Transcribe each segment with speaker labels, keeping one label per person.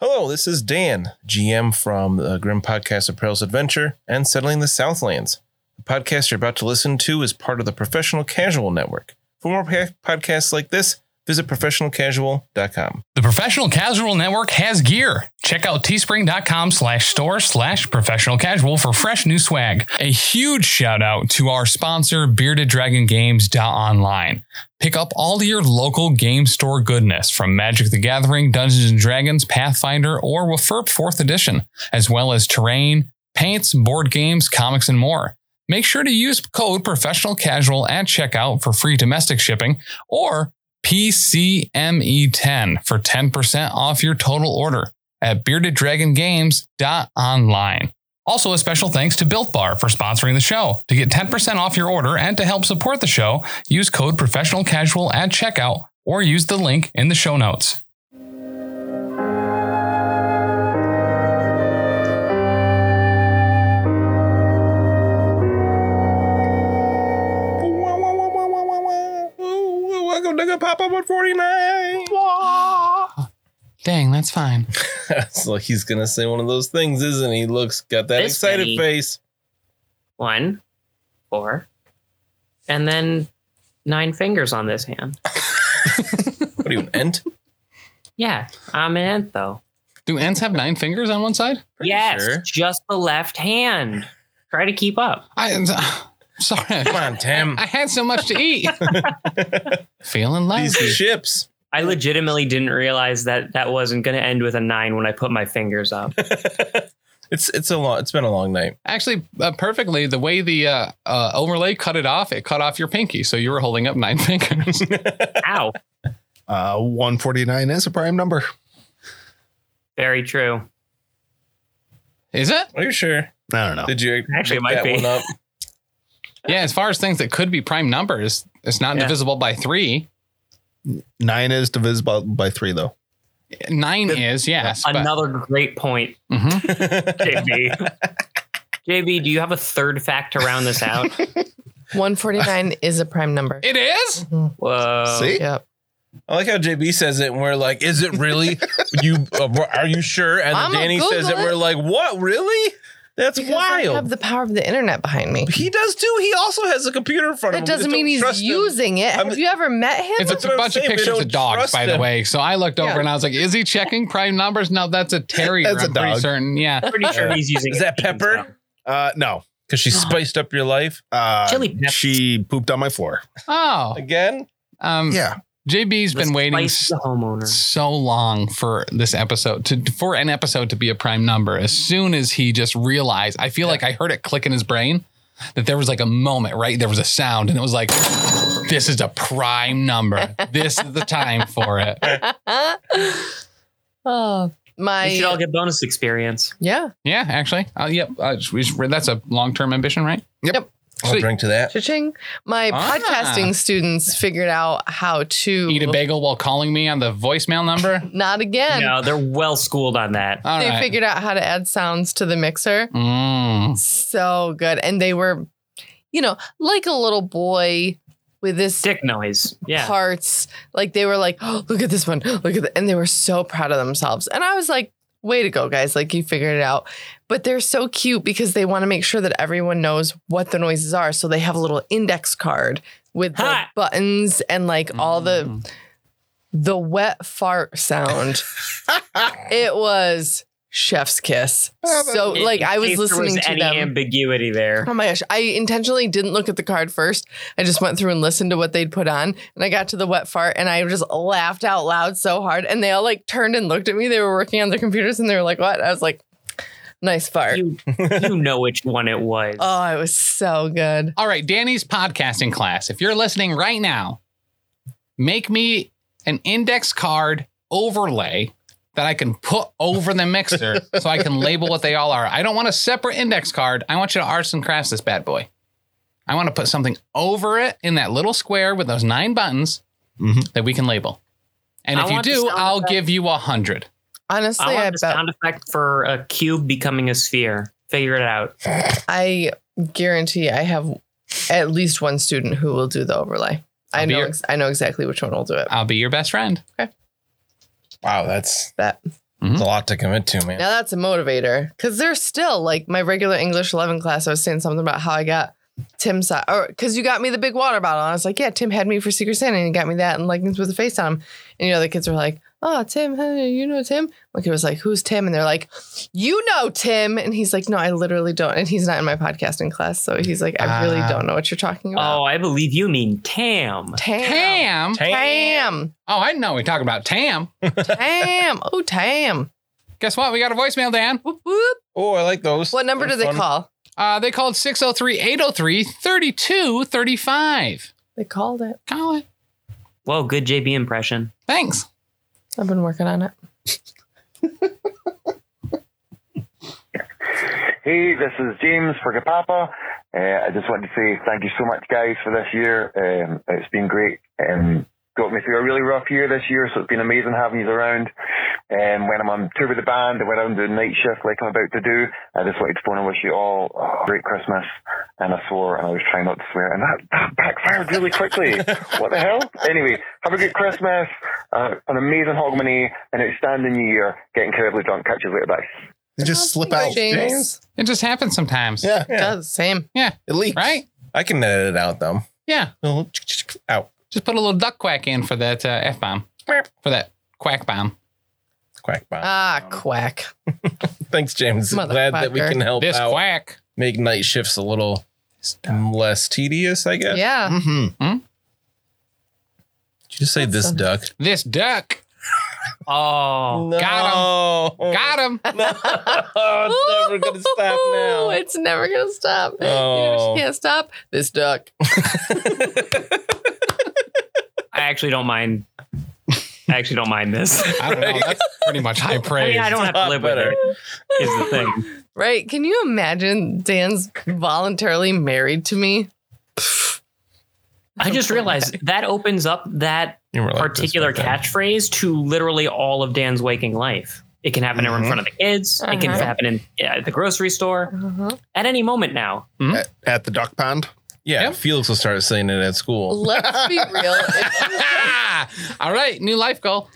Speaker 1: Hello, this is Dan, GM from the Grim Podcast of Perilous Adventure and Settling the Southlands. The podcast you're about to listen to is part of the Professional Casual Network. For more pa- podcasts like this, visit professionalcasual.com.
Speaker 2: The Professional Casual Network has gear. Check out teespring.com slash store slash professional casual for fresh new swag. A huge shout out to our sponsor, Bearded Dragon Games Online. Pick up all your local game store goodness from Magic the Gathering, Dungeons and Dragons, Pathfinder, or Wafurp 4th Edition, as well as terrain, paints, board games, comics, and more. Make sure to use code professional casual at checkout for free domestic shipping or PCME10 E for 10% off your total order at beardeddragongames.online. Also, a special thanks to Built Bar for sponsoring the show. To get 10% off your order and to help support the show, use code professional casual at checkout or use the link in the show notes.
Speaker 1: Ooh, welcome to Good Pop Up 149.
Speaker 2: Dang, that's fine.
Speaker 1: so he's going to say one of those things, isn't he? Looks, got that
Speaker 3: This
Speaker 1: excited
Speaker 3: many.
Speaker 1: face.
Speaker 3: One, four, and then nine fingers on this hand.
Speaker 1: What do you, an ent?
Speaker 3: Yeah, I'm an ant though.
Speaker 2: Do ants have nine fingers on one side?
Speaker 1: Pretty
Speaker 3: yes,
Speaker 1: sure.
Speaker 3: just the left hand. Try to keep up.
Speaker 2: I, sorry.
Speaker 1: Come on, Tim.
Speaker 2: I had so much to eat. Feeling
Speaker 1: These
Speaker 2: lazy.
Speaker 1: chips.
Speaker 3: I legitimately didn't realize that that wasn't going to end with a nine when I put my fingers up.
Speaker 1: It's it's a long. It's been a long night.
Speaker 2: Actually, uh, perfectly, the way the uh, uh, overlay cut it off, it cut off your pinky. So you were holding up nine fingers.
Speaker 3: Ow.
Speaker 4: Uh, 149 is a prime number.
Speaker 3: Very true.
Speaker 2: Is it?
Speaker 1: Are you sure?
Speaker 4: I don't know.
Speaker 1: Did you
Speaker 3: Actually,
Speaker 1: make
Speaker 3: it might
Speaker 1: that
Speaker 3: be.
Speaker 1: one up?
Speaker 2: Yeah, as far as things that could be prime numbers, it's not
Speaker 3: Yeah.
Speaker 2: divisible by three.
Speaker 4: Nine is divisible by three, though.
Speaker 2: Nine is, yes. but-
Speaker 3: Another great point,
Speaker 2: Mhm.
Speaker 3: JB. JB, do you have a third fact to round this out?
Speaker 5: 149 is a prime number.
Speaker 2: It is?
Speaker 5: Mhm.
Speaker 3: Whoa.
Speaker 4: See?
Speaker 5: Yep.
Speaker 1: I like how JB says it, and we're like, "Is it really? you uh, are you sure?" And then
Speaker 5: I'ma
Speaker 1: Danny says it,
Speaker 5: Google it.
Speaker 1: we're like, "What? Really? That's
Speaker 5: Because I have
Speaker 1: wild."
Speaker 5: the power of the internet behind me.
Speaker 1: he does too. He also has a computer in front of him. We
Speaker 5: That
Speaker 1: just
Speaker 5: doesn't
Speaker 1: don't
Speaker 5: mean
Speaker 1: trust
Speaker 5: he's
Speaker 1: him.
Speaker 5: using it.
Speaker 1: I'm-
Speaker 5: Have you ever met him?
Speaker 2: It's a
Speaker 1: That's what I'm
Speaker 2: bunch of
Speaker 1: saying, we
Speaker 2: pictures
Speaker 1: don't
Speaker 2: of dogs,
Speaker 1: trust
Speaker 2: by the
Speaker 1: them.
Speaker 2: way. So I looked over
Speaker 5: Yeah.
Speaker 2: and I was like, is he checking prime numbers? No, that's a terrier.
Speaker 4: That's a
Speaker 2: I'm pretty
Speaker 4: dog.
Speaker 2: certain. Yeah.
Speaker 3: Pretty sure he's using
Speaker 1: Is
Speaker 3: it.
Speaker 1: that Pepper?
Speaker 4: Uh, no.
Speaker 1: Because she spiced up your life
Speaker 4: Uh,
Speaker 3: Chili pepper.
Speaker 4: She pooped on my floor. Hmm.
Speaker 2: Oh.
Speaker 1: again.
Speaker 2: Um,
Speaker 4: Yeah.
Speaker 2: JB's
Speaker 3: Let's
Speaker 2: been waiting
Speaker 3: place The homeowner.
Speaker 2: so long for this episode to for an episode to be a prime number as soon as he just realized i feel like i heard it click in his brain that there was like a moment right there was a sound and it was like this is a prime number this is the time for it
Speaker 5: oh, my.
Speaker 3: We should all get bonus experience.
Speaker 5: yeah.
Speaker 2: yeah actually uh, yep uh, we should- that's a long-term ambition right
Speaker 1: I'll
Speaker 2: Sweet.
Speaker 1: drink to that.
Speaker 5: Cha-ching. My
Speaker 2: Ah.
Speaker 5: podcasting students figured out how to.
Speaker 2: eat a bagel while calling me on the voicemail number
Speaker 5: Not again.
Speaker 3: no, they're well schooled on that.
Speaker 2: All right.
Speaker 5: They figured out how to add sounds to the mixer.
Speaker 2: Mm.
Speaker 5: So good. And they were, you know, like a little boy with this
Speaker 3: Dick noise. Yeah.
Speaker 5: parts. Like they were like, oh, look at this one, look at that. And they were so proud of themselves. And I was like, way to go, guys. Like you figured it out. But they're so cute because they want to make sure that everyone knows what the noises are. So they have a little index card with the
Speaker 3: Ha!
Speaker 5: buttons and like all the
Speaker 2: Mm.
Speaker 5: the wet fart sound. it was chef's kiss. So
Speaker 3: In-
Speaker 5: like
Speaker 3: in
Speaker 5: I was
Speaker 3: case there
Speaker 5: listening to
Speaker 3: any
Speaker 5: them.
Speaker 3: ambiguity there.
Speaker 5: Oh my gosh. I intentionally didn't look at the card first. I just went through and listened to what they'd put on. And I got to the wet fart and I just laughed out loud so hard. And they all like turned and looked at me. They were working on their computers and they were like, what? I was like, nice fart.
Speaker 3: You, you know which one it was.
Speaker 5: oh, it was so good.
Speaker 2: All right, Danny's podcasting class. If you're listening right now, make me an index card overlay that I can put over the mixer so I can label what they all are. I don't want a separate index card. I want you to arts and crafts this bad boy. I want to put something over it in that little square with those nine buttons
Speaker 4: Mhm.
Speaker 2: that we can label. And
Speaker 3: I
Speaker 2: if you
Speaker 3: want the
Speaker 2: do,
Speaker 3: sound
Speaker 2: I'll
Speaker 3: effect.
Speaker 2: give you a hundred.
Speaker 5: Honestly,
Speaker 3: I
Speaker 5: I,
Speaker 3: want
Speaker 5: bet
Speaker 3: the sound effect for a cube becoming a sphere. Figure it out.
Speaker 5: I guarantee I have at least one student who will do the overlay. I
Speaker 2: I'll be
Speaker 5: know,
Speaker 2: your-
Speaker 5: ex- I know exactly which one will do it.
Speaker 2: I'll be your best friend.
Speaker 1: Wow, that's
Speaker 5: That
Speaker 1: It's a lot to commit to, man.
Speaker 5: Now that's a motivator because they're still like my regular English 11 class. I was saying something about how I got Tim si- or because you got me the big water bottle. And I was like, yeah, Tim had me for Secret Santa and he got me that and leggings with a face on him. And you know, the kids were like, oh, Tim, huh, you know Tim? My kid was like, who's Tim? And they're like, you know Tim. And he's like, no, I literally don't. And he's not in my podcasting class. So he's like, I really
Speaker 2: Ah.
Speaker 5: don't know what you're talking about.
Speaker 3: Oh, I believe you mean Tam.
Speaker 5: Tam.
Speaker 2: Tam.
Speaker 5: Tam.
Speaker 2: Oh, I know we're talking about Tam.
Speaker 5: Tam. Oh, Tam.
Speaker 2: Guess what? We got a voicemail, Dan.
Speaker 5: Whoop, whoop.
Speaker 1: Oh, I like those.
Speaker 5: What number do
Speaker 1: They're
Speaker 5: they
Speaker 1: fun.
Speaker 5: call?
Speaker 2: Uh, they called 603 803 3235.
Speaker 5: They called it.
Speaker 2: Call it.
Speaker 3: Whoa, good JB impression.
Speaker 2: Thanks.
Speaker 5: I've been working on it.
Speaker 6: Hey, this is James for Kapapa. Uh, I just wanted to say thank you so much, guys, for this year. Um, it's been great. Um, got me through a really rough year this year, so it's been amazing having you around. Um, when I'm on tour with the band and when I'm doing night shift like I'm about to do, I just wanted to phone and wish you all a great Christmas. And I swore, and I was trying not to swear, and that, that backfired really quickly. what the hell? Anyway, have a good Christmas, uh, an amazing Hogmanay, an outstanding new year. Get incredibly drunk. Catch you later, bye.
Speaker 4: They
Speaker 5: Oh,
Speaker 4: just slip
Speaker 5: thanks,
Speaker 4: out.
Speaker 5: James.
Speaker 2: It just happens sometimes.
Speaker 4: Yeah,
Speaker 1: Yeah.
Speaker 5: Does same.
Speaker 4: it leaks.
Speaker 2: Right?
Speaker 1: I can edit it out though.
Speaker 2: Yeah.
Speaker 1: Little Out.
Speaker 2: Just put a little duck quack in for that uh, F bomb. For that quack bomb.
Speaker 1: Quack bye.
Speaker 5: Ah, quack.
Speaker 1: Thanks, James. Glad that we
Speaker 5: motherfucker.
Speaker 1: can
Speaker 3: Oh,
Speaker 1: help
Speaker 2: This
Speaker 1: out.
Speaker 2: quack.
Speaker 1: Make night shifts a little less tedious, I guess.
Speaker 5: Yeah.
Speaker 4: Mm-hmm.
Speaker 2: Hmm?
Speaker 1: Did you say this
Speaker 5: Awesome.
Speaker 1: duck?
Speaker 2: This duck.
Speaker 3: Oh,
Speaker 2: got
Speaker 1: him.
Speaker 2: Got him.
Speaker 1: No,
Speaker 5: Oh,
Speaker 1: it's never gonna stop now.
Speaker 5: Ooh, It's never gonna stop.
Speaker 1: Oh.
Speaker 5: You can't stop this duck.
Speaker 3: I actually don't mind. I actually don't mind this.
Speaker 2: I don't know. That's pretty much high
Speaker 3: I
Speaker 2: praise.
Speaker 3: mean, I don't have to
Speaker 1: lot
Speaker 3: live with
Speaker 1: better.
Speaker 3: it. Is the thing.
Speaker 5: Right? Can you imagine Dan's voluntarily married to me?
Speaker 3: I just realized that opens up that
Speaker 1: You were like this
Speaker 3: particular
Speaker 1: back then.
Speaker 3: catchphrase to literally all of Dan's waking life. It can happen in front
Speaker 1: Mm-hmm.
Speaker 3: of the kids. It can
Speaker 5: Uh-huh.
Speaker 3: happen in at the grocery store
Speaker 1: Uh-huh.
Speaker 3: at any moment now.
Speaker 4: At, at the duck pond.
Speaker 1: Yeah,
Speaker 2: Yep.
Speaker 1: Felix will start saying it at school.
Speaker 5: Let's be real. If-
Speaker 2: All right. New life goal.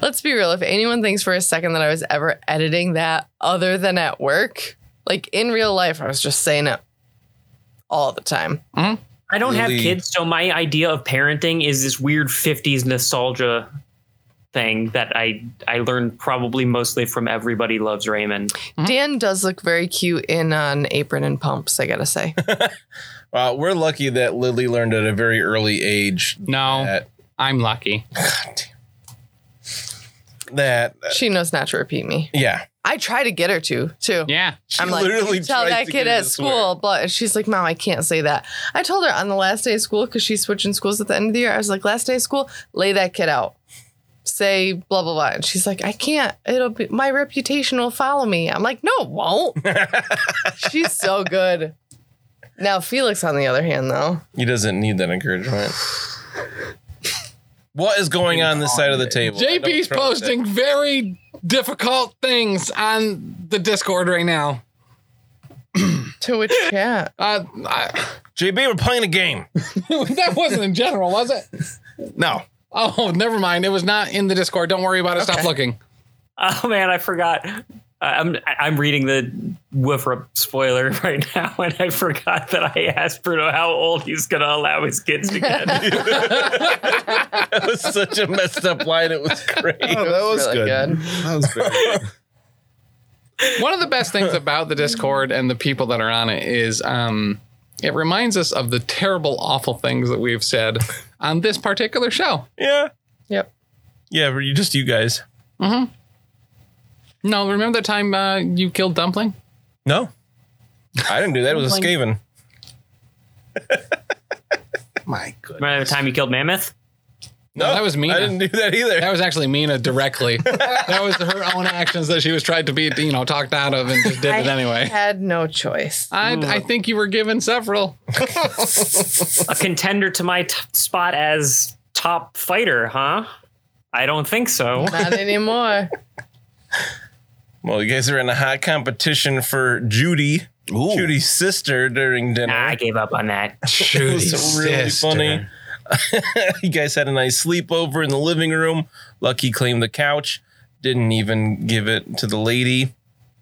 Speaker 5: let's be real. If anyone thinks for a second that I was ever editing that other than at work, like in real life, I was just saying it all the time.
Speaker 3: I don't have
Speaker 1: Really?
Speaker 3: kids, so my idea of parenting is this weird '50s nostalgia thing that I I learned probably mostly from Everybody Loves Raymond.
Speaker 1: Mm-hmm.
Speaker 5: Dan does look very cute in uh, an apron and pumps, I gotta say.
Speaker 1: Well, Uh, we're lucky that Lily learned at a very early age
Speaker 2: No,
Speaker 1: that
Speaker 2: I'm lucky.
Speaker 1: that uh,
Speaker 5: She knows not to repeat me.
Speaker 1: yeah.
Speaker 5: I try to get her to, too.
Speaker 2: Yeah.
Speaker 1: She
Speaker 5: I'm like, you tell
Speaker 1: tried
Speaker 5: that
Speaker 1: to
Speaker 5: kid
Speaker 1: get her
Speaker 5: at
Speaker 1: to swear.
Speaker 5: school, but she's like, Mom, I can't say that. I told her on the last day of school because she's switching schools at the end of the year. I was like, Last day of school, lay that kid out. Say blah blah blah. And she's like, I can't. It'll be my reputation will follow me. I'm like, no, it won't. she's so good. Now Felix, on the other hand, though,
Speaker 1: He doesn't need that encouragement. what is going on this side of the table? I don't
Speaker 2: JP's
Speaker 1: trust
Speaker 2: posting very difficult things on the Discord right now.
Speaker 5: to which cat?
Speaker 2: Uh, I,
Speaker 1: it. JB, we're playing a game.
Speaker 2: that wasn't in general, was it?
Speaker 4: No,
Speaker 2: Oh, never mind. It was not in the Discord. Don't worry about it. Stop looking.
Speaker 3: Oh man, I forgot. Uh, I'm I'm reading the Wifrup spoiler right now, and I forgot that I asked Bruno how old he's gonna allow his kids to get.
Speaker 1: That was such a messed up line. It was great.
Speaker 4: Oh, that was
Speaker 5: really
Speaker 4: good.
Speaker 5: good.
Speaker 4: That was very good.
Speaker 2: One of the best things about the Discord and the people that are on it is um, it reminds us of the terrible, awful things that we've said on this particular show.
Speaker 1: Yeah.
Speaker 5: Yep.
Speaker 1: Yeah, but you just you guys.
Speaker 2: No, remember that time uh, you killed Dumpling?
Speaker 1: No. I didn't do that. It was a Skaven.
Speaker 4: My goodness.
Speaker 3: Remember the time you killed Mammoth?
Speaker 2: No, that was Mina.
Speaker 1: I didn't do that either.
Speaker 2: That was actually Mina directly. that was her own actions that she was tried to be, you know, talked out of and just did it anyway.
Speaker 5: Had no choice.
Speaker 2: I, I think you were given several.
Speaker 3: A contender to my t- spot as top fighter, huh? I don't think so.
Speaker 5: Not anymore.
Speaker 1: Well, you guys are in a hot competition for Judy,
Speaker 4: Ooh.
Speaker 1: Judy's sister during dinner.
Speaker 3: Nah, I gave up on that.
Speaker 1: it was really funny. you guys had a nice sleepover in the living room. Lucky claimed the couch. Didn't even give it to the lady.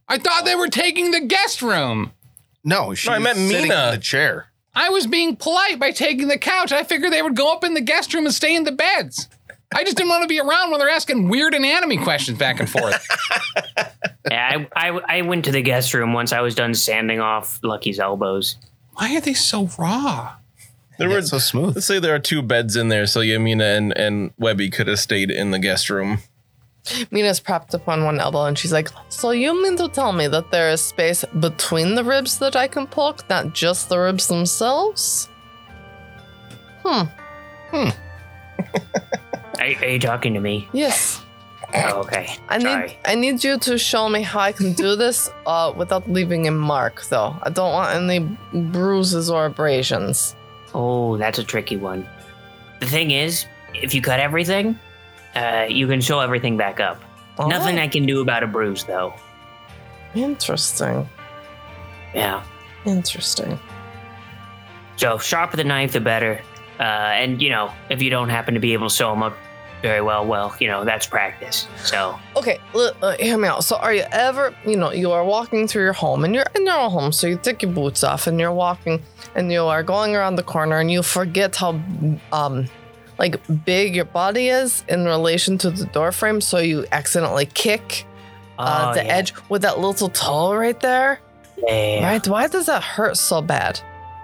Speaker 7: I thought they were taking the guest room.
Speaker 4: No, she
Speaker 1: No, I
Speaker 4: was
Speaker 1: meant
Speaker 4: sitting
Speaker 1: Mina.
Speaker 4: in the chair.
Speaker 7: I was being polite by taking the couch. I figured they would go up in the guest room and stay in the beds. I just didn't want to be around when they're asking weird anatomy questions back and forth.
Speaker 3: Yeah, I, I, I went to the guest room once I was done sanding off Lucky's elbows.
Speaker 7: Why are they so raw?
Speaker 1: There were
Speaker 4: It's so smooth.
Speaker 1: let's say there are two beds in there, so Yamina and, and Webby could have stayed in the guest room.
Speaker 5: Mina's propped up on one elbow and she's like, So you mean to tell me that there is space between the ribs that I can pluck, not just the ribs themselves?
Speaker 3: Are, are you talking to me?
Speaker 5: Yes.
Speaker 3: Oh, okay.
Speaker 5: I need
Speaker 3: Sorry.
Speaker 5: I need you to show me how I can do this uh, without leaving a mark, though. I don't want any bruises or abrasions.
Speaker 3: Oh, that's a tricky one. The thing is, if you cut everything, uh, you can show everything back up. Nothing
Speaker 5: Oh,
Speaker 3: I can do about a bruise, though.
Speaker 5: Interesting.
Speaker 3: Yeah.
Speaker 5: Interesting.
Speaker 3: So sharper the knife, the better. Uh, and you know, if you don't happen to be able to sew them up very well, well, you know that's practice. So
Speaker 5: Okay, l- uh, hear me out. So, are you ever, you know, you are walking through your home and you're in your own home, so you take your boots off and you're walking and you are going around the corner and you forget how, um, like big your body is in relation to the door frame, so you accidentally kick uh,
Speaker 3: Oh,
Speaker 5: the
Speaker 3: yeah.
Speaker 5: edge with that little toe right there.
Speaker 3: Yeah.
Speaker 5: Right? Why does that hurt so bad?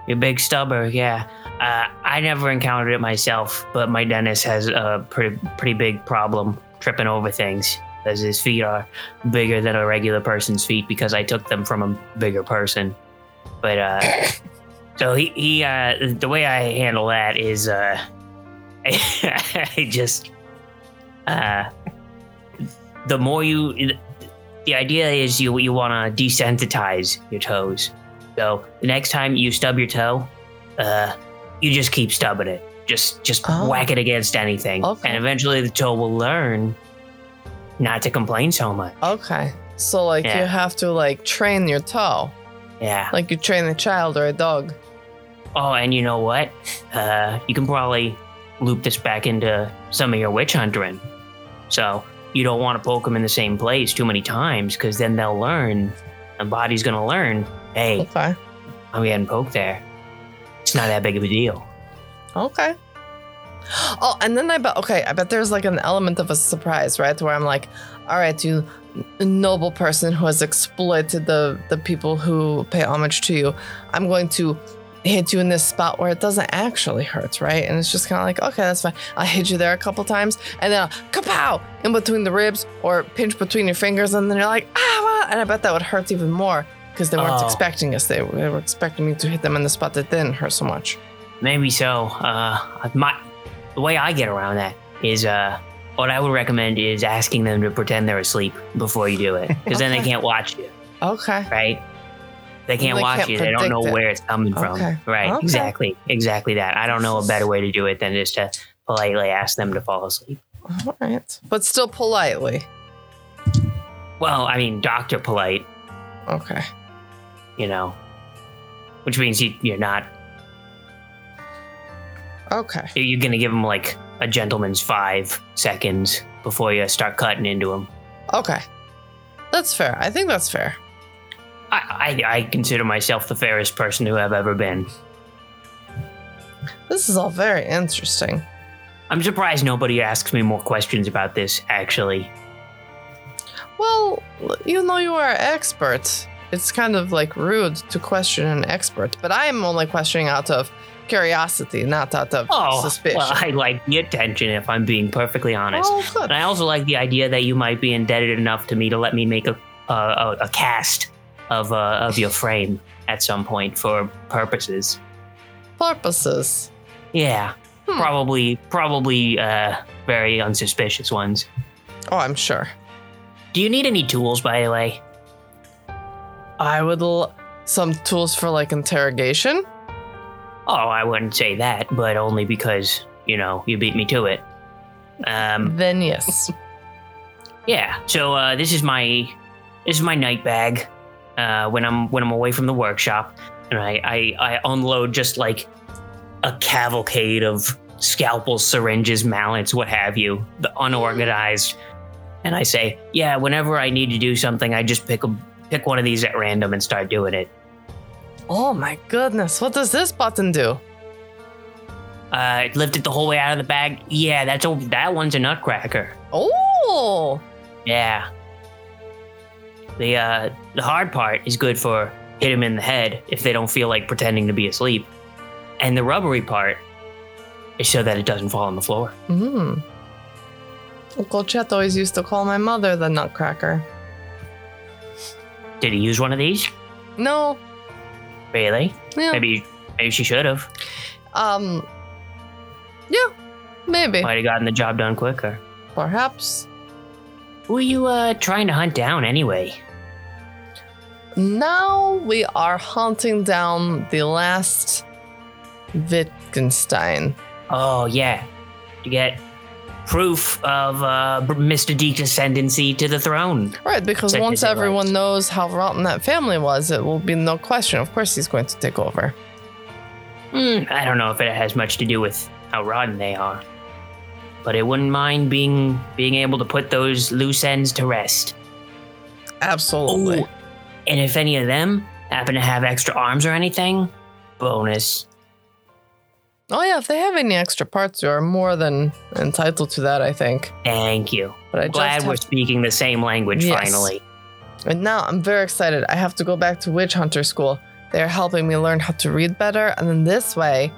Speaker 3: Your big stubber, yeah. Uh, I never encountered it myself, but my dentist has a pretty pretty big problem tripping over things, as his feet are bigger than a regular person's feet because I took them from a bigger person. But uh, so he he uh, the way I handle that is uh, I, just uh, the more you the idea is you you want to desensitize your toes. So the next time you stub your toe, uh, you just keep stubbing it. Just just
Speaker 5: Oh.
Speaker 3: whack it against anything,
Speaker 5: Okay.
Speaker 3: and eventually the toe will learn not to complain so much.
Speaker 5: Okay. So, like,
Speaker 3: Yeah.
Speaker 5: you have to, like, train your toe,
Speaker 3: Yeah.
Speaker 5: like you train a child or a dog.
Speaker 3: Oh, and you know what? Uh, you can probably loop this back into some of your witch hunting. So you don't want to poke them in the same place too many times, because then they'll learn. The body's gonna learn. Hey,
Speaker 5: Okay.
Speaker 3: I'm getting poked there. It's not that big of a deal.
Speaker 5: Okay. Oh, and then I bet. Okay, I bet there's like an element of a surprise, right? Where I'm like, all right, you noble person who has exploited the the people who pay homage to you, I'm going to hit you in this spot where it doesn't actually hurt, right? And it's just kind of like, okay, that's fine. I'll hit you there a couple times, and then I'll kapow in between the ribs or pinch between your fingers, and then you're like, ah, well," and I bet that would hurt even more because they weren't
Speaker 3: Oh.
Speaker 5: expecting us. They, they were expecting me to hit them in the spot that didn't hurt so much.
Speaker 3: Maybe so. Uh, my the way I get around that is uh, what I would recommend is asking them to pretend they're asleep before you do it, because then they
Speaker 5: Okay.
Speaker 3: can't watch you,
Speaker 5: Okay.
Speaker 3: right? They can't
Speaker 5: They
Speaker 3: watch
Speaker 5: can't
Speaker 3: you. They don't know
Speaker 5: predict it.
Speaker 3: where it's coming
Speaker 5: Okay.
Speaker 3: from. Right?
Speaker 5: Okay.
Speaker 3: Exactly. Exactly that. I don't know a better way to do it than just to politely ask them to fall asleep.
Speaker 5: All right. But still politely.
Speaker 3: Well, I mean, doctor polite,
Speaker 5: Okay.
Speaker 3: you know, which means you, you're not.
Speaker 5: Okay.
Speaker 3: You're gonna give them like a gentleman's five seconds before you start cutting into them.
Speaker 5: Okay. That's fair. I think that's fair.
Speaker 3: I, I, I consider myself the fairest person who I've ever been.
Speaker 5: This is all very interesting.
Speaker 3: I'm surprised nobody asks me more questions about this, actually.
Speaker 5: Well, you know you are an expert. It's kind of like rude to question an expert, but I am only questioning out of curiosity, not out of
Speaker 3: Oh,
Speaker 5: suspicion.
Speaker 3: well, I like the attention, if I'm being perfectly honest.
Speaker 5: oh, good.
Speaker 3: And I also like the idea that you might be indebted enough to me to let me make a, a, a, a cast of, uh, of your frame at some point for purposes.
Speaker 5: Purposes.
Speaker 3: Yeah.
Speaker 5: Hmm.
Speaker 3: Probably, probably uh, very unsuspicious ones.
Speaker 5: Oh, I'm sure.
Speaker 3: Do you need any tools, by the way?
Speaker 5: I would l- some tools for like interrogation.
Speaker 3: Oh, I wouldn't say that, but only because, you know, you beat me to it. Um,
Speaker 5: Then yes.
Speaker 3: yeah. So uh, this is my this is my night bag. Uh, when I'm when I'm away from the workshop, and I, I I unload just like a cavalcade of scalpels, syringes, mallets, what have you, the unorganized and I say, "Yeah, whenever I need to do something, I just pick a pick one of these at random and start doing it."
Speaker 5: Oh my goodness. What does this button do?
Speaker 3: Uh, lift it the whole way out of the bag. Yeah, that's a, that one's a nutcracker.
Speaker 5: Oh,
Speaker 3: Yeah. The uh, the hard part is good for hit them in the head if they don't feel like pretending to be asleep, and the rubbery part is so that it doesn't fall on the floor.
Speaker 5: hmm. Uncle Chet always used to call my mother the nutcracker.
Speaker 3: Did he use one of these?
Speaker 5: No,
Speaker 3: Really?
Speaker 5: yeah,
Speaker 3: Maybe maybe she should have.
Speaker 5: um, yeah, maybe,
Speaker 3: Might have gotten the job done quicker.
Speaker 5: perhaps.
Speaker 3: Who are you uh, trying to hunt down anyway?
Speaker 5: Now we are hunting down the last Wittgenstein.
Speaker 3: Oh yeah, to get proof of uh, b- Mr. Deke's ascendancy to the throne.
Speaker 5: Right, because
Speaker 3: Technically
Speaker 5: once everyone
Speaker 3: right.
Speaker 5: knows how rotten that family was, it will be no question. Of course, he's going to take over.
Speaker 3: Hmm, I don't know if it has much to do with how rotten they are, but I wouldn't mind being being able to put those loose ends to rest.
Speaker 5: Absolutely.
Speaker 3: Ooh, and if any of them happen to have extra arms or anything, bonus.
Speaker 5: Oh, yeah, if they have any extra parts, you are more than entitled to that, I think.
Speaker 3: Thank you.
Speaker 5: But I
Speaker 3: Glad
Speaker 5: just
Speaker 3: we're
Speaker 5: have-
Speaker 3: speaking the same language
Speaker 5: Yes.
Speaker 3: finally.
Speaker 5: and now I'm very excited. I have to go back to witch hunter school. They're helping me learn how to read better, and then this way,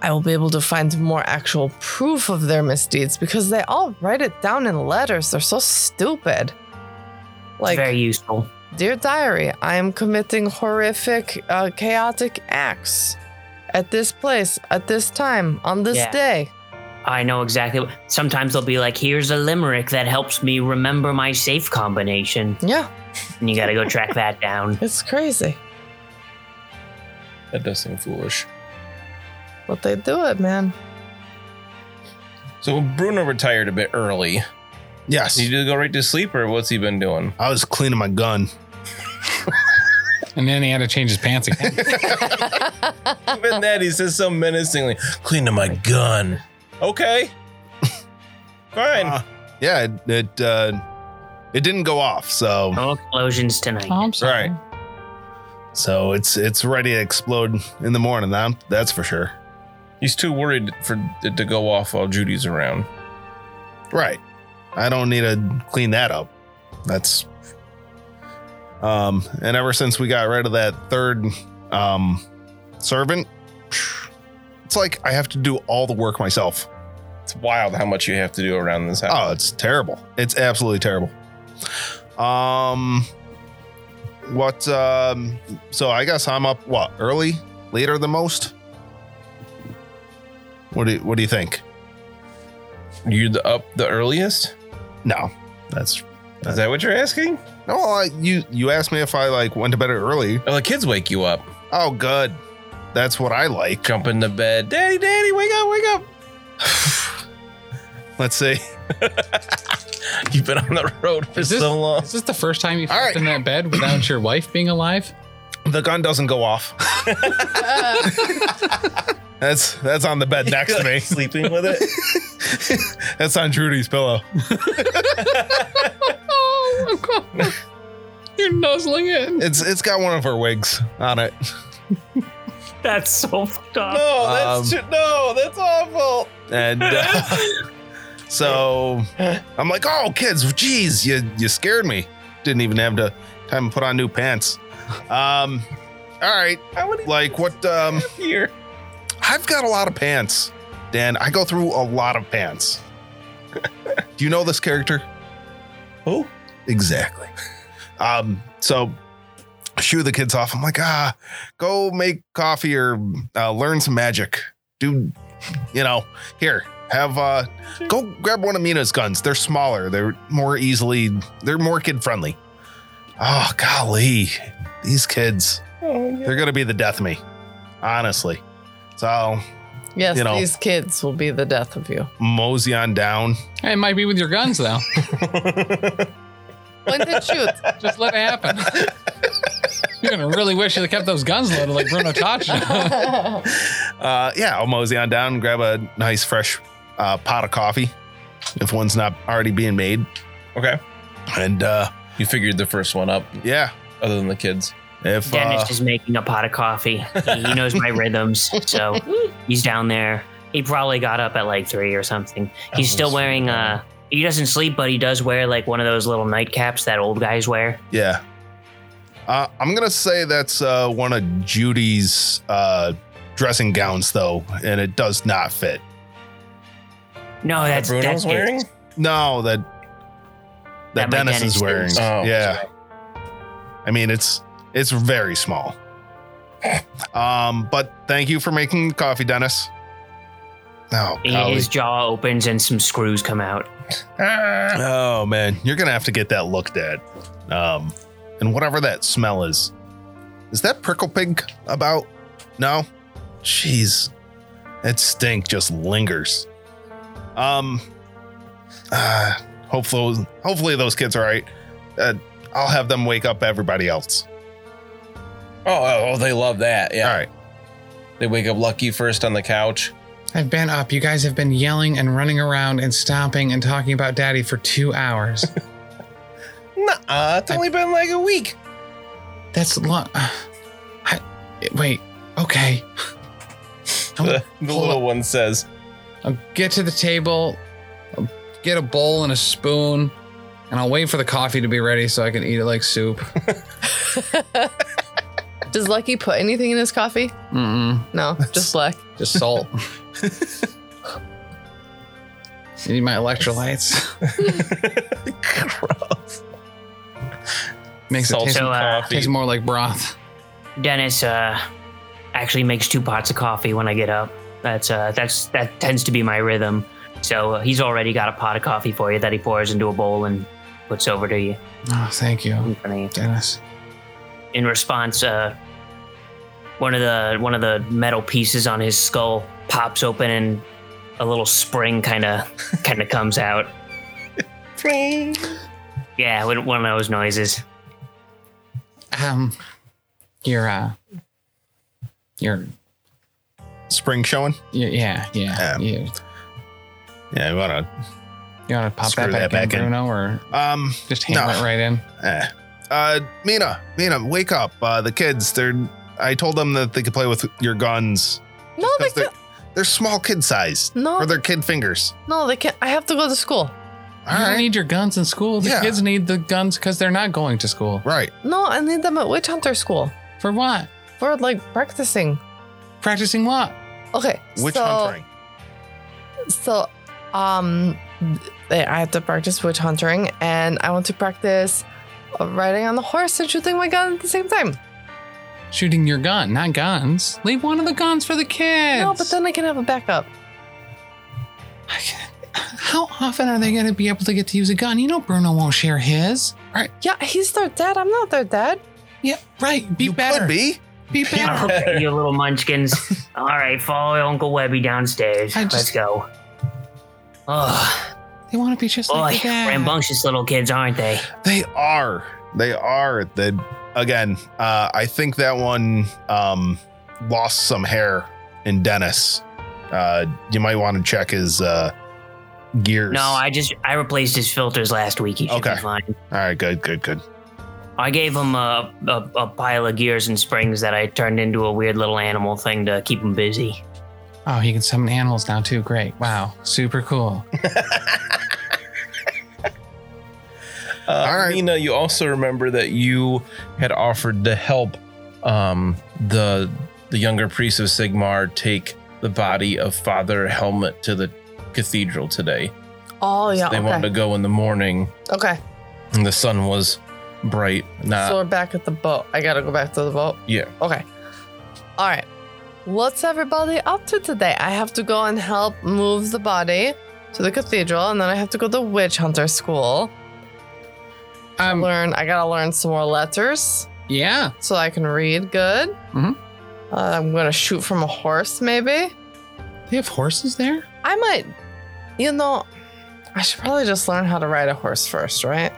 Speaker 5: I will be able to find more actual proof of their misdeeds because they all write it down in letters. They're so stupid.
Speaker 3: It's very useful.
Speaker 5: Dear diary, I am committing horrific, uh, chaotic acts at this place, at this time, on this
Speaker 3: Yeah.
Speaker 5: day.
Speaker 3: I know exactly. what- Sometimes they'll be like, "Here's a limerick that helps me remember my safe combination,"
Speaker 5: Yeah,
Speaker 3: and you got to go track that down.
Speaker 5: it's crazy.
Speaker 1: That does seem foolish.
Speaker 5: But they do it, man.
Speaker 1: So Bruno retired a bit early.
Speaker 4: Yes.
Speaker 1: Did he go right to sleep, or what's he been doing?
Speaker 4: I was cleaning my gun.
Speaker 7: And then he had to change his pants again.
Speaker 4: Oh.
Speaker 1: Even that, he says so menacingly, "Clean to my gun." Okay. Fine.
Speaker 4: Uh, yeah, it it, uh, it didn't go off, so
Speaker 3: No explosions tonight.
Speaker 7: I'm
Speaker 1: right.
Speaker 4: so it's it's ready to explode in the morning. That, that's for sure.
Speaker 1: He's too worried for it to go off while Judy's around.
Speaker 4: Right. I don't need to clean that up. That's um and ever since we got rid of that third um servant, it's like I have to do all the work myself.
Speaker 1: It's wild how much you have to do around this house.
Speaker 4: Oh, it's terrible. It's absolutely terrible. Um what um so I guess I'm up what early? Later than most? What do you, what do you think? Oh.
Speaker 1: You're the, up the earliest?
Speaker 4: No. That's
Speaker 1: Is that what you're asking?
Speaker 4: no I, you you asked me if I like went to bed early.
Speaker 1: Oh, the kids wake you up,
Speaker 4: Oh, good. That's what I like.
Speaker 1: jump into bed. Daddy, daddy, wake up, wake up.
Speaker 4: Let's see.
Speaker 1: You've been on the road for
Speaker 7: Is this-
Speaker 1: so long.
Speaker 7: Is this the first time you
Speaker 4: All
Speaker 7: slept
Speaker 4: right.
Speaker 7: in that bed without your wife being alive?
Speaker 4: The gun doesn't go off. That's that's on the bed next to me.
Speaker 1: Sleeping with it?
Speaker 4: That's on Trudy's pillow.
Speaker 7: Oh, God. You're nuzzling it.
Speaker 4: It's it's got one of her wigs on it.
Speaker 3: That's so fucked up.
Speaker 1: No,
Speaker 4: that's
Speaker 1: too, no, that's awful.
Speaker 4: Um, And uh, so I'm like, "Oh, kids, jeez, you you scared me. Didn't even have to time to put on new pants." Um all right.
Speaker 1: I would
Speaker 4: Like what um
Speaker 1: here.
Speaker 4: I've got a lot of pants. Dan, I go through a lot of pants. Do you know this character?
Speaker 1: Who?
Speaker 4: Exactly. Um, so I shoo the kids off. I'm like, ah, go make coffee or uh, learn some magic. Do you know, here, have uh go grab one of Mina's guns. They're smaller, they're more easily they're more kid friendly. Oh golly, these kids, they're gonna be the death of me. Honestly. So
Speaker 5: yes,
Speaker 4: You know.
Speaker 5: these kids will be the death of you.
Speaker 4: mosey on down.
Speaker 7: It might be with your guns, though.
Speaker 5: Point and shoot.
Speaker 7: Just let it happen. You're going to really wish you kept those guns loaded like Bruno Tacha.
Speaker 4: Uh, yeah, I'll mosey on down, grab a nice fresh uh, pot of coffee if one's not already being made.
Speaker 1: Okay.
Speaker 4: And uh,
Speaker 1: You figured the first one up,
Speaker 4: yeah,
Speaker 1: other than the kids.
Speaker 4: if
Speaker 3: Dennis
Speaker 4: uh,
Speaker 3: is making a pot of coffee. He, he knows my rhythms, so he's down there. He probably got up at like three or something. He's
Speaker 1: Oh,
Speaker 3: still
Speaker 1: sweet.
Speaker 3: wearing uh he doesn't sleep, but he does wear like one of those little nightcaps that old guys wear.
Speaker 4: yeah, uh, I'm gonna say that's uh, one of Judy's uh, dressing gowns though, and it does not fit.
Speaker 3: No, that's
Speaker 1: Bruno's
Speaker 3: that's it.
Speaker 1: wearing.
Speaker 4: No, that that,
Speaker 3: That my
Speaker 4: Dennis,
Speaker 3: Dennis
Speaker 4: is wearing.
Speaker 3: is.
Speaker 1: Oh,
Speaker 4: yeah, I mean it's it's very small. Um, but thank you for making coffee, Dennis. Oh,
Speaker 3: He-
Speaker 4: golly.
Speaker 3: His jaw opens and some screws come out.
Speaker 4: Oh man, you're gonna have to get that looked at. Um, and whatever that smell is, is that prickle pig about? No, jeez, that stink just lingers. Um, uh, hopefully, hopefully those kids are all right. Uh, I'll have them wake up everybody else.
Speaker 1: Oh, oh, they love that. Yeah.
Speaker 4: All right,
Speaker 1: They wake up Lucky first on the couch.
Speaker 2: I've been up. You guys have been yelling and running around and stomping and talking about daddy for two hours.
Speaker 1: Nuh-uh, it's only been like a week.
Speaker 2: That's long. I, wait. Okay.
Speaker 1: The, the
Speaker 2: Hold
Speaker 1: little
Speaker 2: up.
Speaker 1: one says,
Speaker 2: I'll get to the table, I'll get a bowl and a spoon, and I'll wait for the coffee to be ready so I can eat it like soup.
Speaker 5: Does Lucky put anything in his coffee?
Speaker 2: Mm-mm.
Speaker 5: No, just black.
Speaker 2: Just salt. You need my electrolytes. Makes
Speaker 1: Salt
Speaker 2: it taste,
Speaker 1: and
Speaker 3: So, uh,
Speaker 1: coffee.
Speaker 2: taste more like broth.
Speaker 3: Dennis uh actually makes two pots of coffee when I get up. That's uh that's that tends to be my rhythm. So uh, he's already got a pot of coffee for you that he pours into a bowl and puts over to you
Speaker 2: Oh, thank you,
Speaker 3: in front of you.
Speaker 2: Dennis.
Speaker 3: in response, uh, one of the one of the metal pieces on his skull pops open, and a little spring kind of kind of comes out. Yeah, one one of those noises.
Speaker 2: Um, your uh, your
Speaker 4: spring showing.
Speaker 2: y- yeah yeah.
Speaker 4: Yeah.
Speaker 2: You,
Speaker 4: Yeah, you wanna.
Speaker 2: you want to pop
Speaker 4: Screw
Speaker 2: that back,
Speaker 4: that back
Speaker 2: in,
Speaker 4: in.
Speaker 2: Bruno, or
Speaker 4: Um,
Speaker 2: just hammer
Speaker 4: No.
Speaker 2: it right in?
Speaker 4: eh. uh, Mina, Mina, wake up. Uh, the kids, they're. I told them that they could play with your guns.
Speaker 5: No, they
Speaker 4: because they're,
Speaker 5: can't.
Speaker 4: they're small kid size.
Speaker 5: No,
Speaker 4: or their kid fingers.
Speaker 5: no, they can't. I have to go to school.
Speaker 4: All
Speaker 2: you
Speaker 4: right,
Speaker 2: don't need your guns in school. The
Speaker 4: Yeah.
Speaker 2: kids need the guns because they're not going to school.
Speaker 4: right.
Speaker 5: No, I need them at witch hunter school
Speaker 2: For what?
Speaker 5: for like practicing.
Speaker 2: Practicing what?
Speaker 5: Okay,
Speaker 4: Witch
Speaker 5: so
Speaker 4: hunting.
Speaker 5: so um, they, I have to practice witch hunting, and I want to practice riding on the horse and shooting my gun at the same time.
Speaker 2: Shooting your gun, not guns. Leave one of the guns for the kids.
Speaker 5: No, but then I can have a backup.
Speaker 2: How often are they going to be able to get to use a gun? You know, Bruno won't share his. Right?
Speaker 5: Yeah, he's their dad. I'm not their dad.
Speaker 2: Yeah, right. Be
Speaker 4: You
Speaker 2: better.
Speaker 4: could be.
Speaker 2: Be better.
Speaker 3: Okay, you little munchkins. All right, follow Uncle Webby downstairs.
Speaker 2: I just-
Speaker 3: Let's go. Oh,
Speaker 2: they want to be just
Speaker 3: boy,
Speaker 2: like your dad.
Speaker 3: rambunctious little kids, aren't they?
Speaker 4: They are. They are. They again. Uh, I think that one um, lost some hair in Dennis. Uh, you might want to check his uh, gears.
Speaker 3: No, I just I replaced his filters last week. He should
Speaker 4: Okay.
Speaker 3: be fine.
Speaker 4: All right. Good. Good. Good.
Speaker 3: I gave him a, a a pile of gears and springs that I turned into a weird little animal thing to keep him busy.
Speaker 2: Oh, he can summon animals now, too. Great. Wow. Super cool.
Speaker 1: Uh,
Speaker 4: All right.
Speaker 1: Nina, you also remember that you had offered to help um, the the younger priest of Sigmar take the body of Father Helmet to the cathedral today.
Speaker 5: Oh yeah,
Speaker 1: they wanted to
Speaker 5: okay,
Speaker 1: go in the morning,
Speaker 5: okay.
Speaker 1: and the sun was bright. Not
Speaker 5: so we're back at the boat. I gotta go back to the boat.
Speaker 1: Uh, yeah.
Speaker 5: Okay. All right. What's everybody up to today? I have to go and help move the body to the cathedral, and then I have to go to witch hunter school.
Speaker 2: Um,
Speaker 5: Learn. I gotta learn some more letters
Speaker 2: yeah.
Speaker 5: so I can read good.
Speaker 2: Mhm.
Speaker 5: Uh, I'm gonna shoot from a horse, maybe.
Speaker 2: They have horses there?
Speaker 5: I might. You know, I should probably just learn how to ride a horse first, right?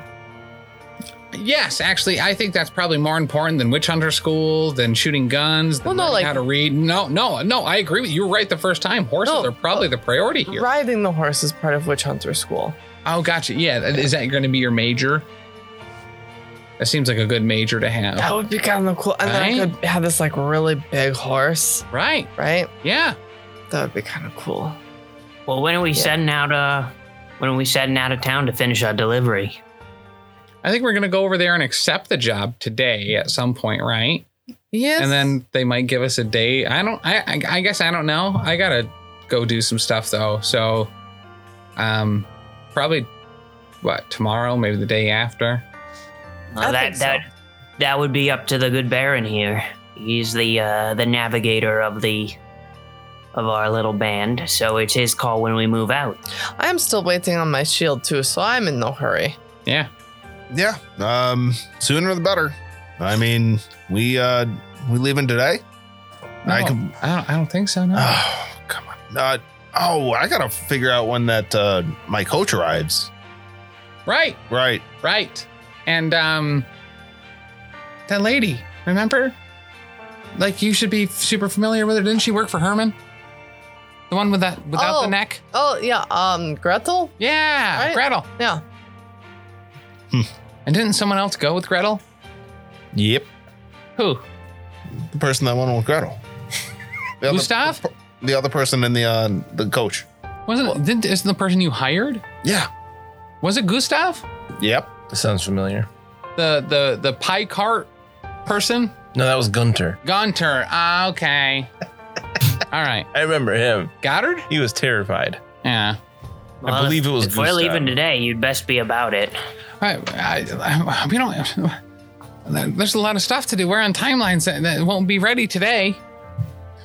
Speaker 2: Yes, actually, I think that's probably more important than witch hunter school, than shooting guns, than
Speaker 5: Well, no,
Speaker 2: learning
Speaker 5: like-
Speaker 2: how to read. No, no, no. I agree with you. You were uh, right the first time. Horses
Speaker 5: No,
Speaker 2: are probably the priority here.
Speaker 5: Riding the horse is part of witch hunter school.
Speaker 2: Oh, gotcha. Yeah, is that going to be your major? That seems like a good major to have,
Speaker 5: That would be kind of cool. And then I
Speaker 2: Right?
Speaker 5: could have this like really big horse,
Speaker 2: right?
Speaker 5: right?
Speaker 2: Yeah.
Speaker 5: That would be kind of cool.
Speaker 3: Well, when are we
Speaker 5: Yeah.
Speaker 3: setting out? Uh, when are we setting out of town to finish our delivery?
Speaker 2: I think we're going to go over there and accept the job today at some point, right?
Speaker 5: Yes.
Speaker 2: And then they might give us a date. I don't. I, I. I guess I don't know. I gotta go do some stuff though. So, um, probably what tomorrow, maybe the day after.
Speaker 3: Well,
Speaker 5: I
Speaker 3: that
Speaker 5: think so.
Speaker 3: that that would be up to the good Baron here. He's the uh, the navigator of the of our little band, so it's his call when we move out.
Speaker 5: I am still waiting on my shield too, so I'm in no hurry.
Speaker 2: Yeah.
Speaker 4: Yeah. Um, sooner the better. I mean, we uh we leaving today? I
Speaker 2: No,
Speaker 4: can
Speaker 2: I don't. I don't think so. No.
Speaker 4: Oh, come on. Uh, oh, I gotta figure out when that uh my coach arrives.
Speaker 2: right.
Speaker 4: Right.
Speaker 2: Right. And um, that lady. Remember? Like you should be super familiar with her. Didn't she work for Herman? The one with that without
Speaker 5: Oh.
Speaker 2: the neck.
Speaker 5: Oh yeah, um, Gretel.
Speaker 2: Yeah,
Speaker 5: Right.
Speaker 2: Gretel.
Speaker 5: Yeah.
Speaker 4: Hmm.
Speaker 2: And didn't someone else go with Gretel?
Speaker 4: Yep.
Speaker 2: Who?
Speaker 4: The person that went with Gretel. The other-
Speaker 2: Gustav?
Speaker 4: the other person in the uh the coach.
Speaker 2: Wasn't it, didn't, isn't the person you hired?
Speaker 4: Yeah.
Speaker 2: Was it Gustav?
Speaker 4: Yep.
Speaker 1: That sounds familiar.
Speaker 2: The the the pie cart person?
Speaker 1: No, that was Gunter.
Speaker 2: Gunter. Ah, okay. All right.
Speaker 1: I remember him.
Speaker 2: Goddard?
Speaker 1: He was terrified.
Speaker 2: Yeah.
Speaker 1: I believe it was
Speaker 3: If we're
Speaker 1: Gustav.
Speaker 3: leaving today, you'd best be about it.
Speaker 2: I, I, I, we don't. There's a lot of stuff to do. We're on timelines that, that won't be ready today.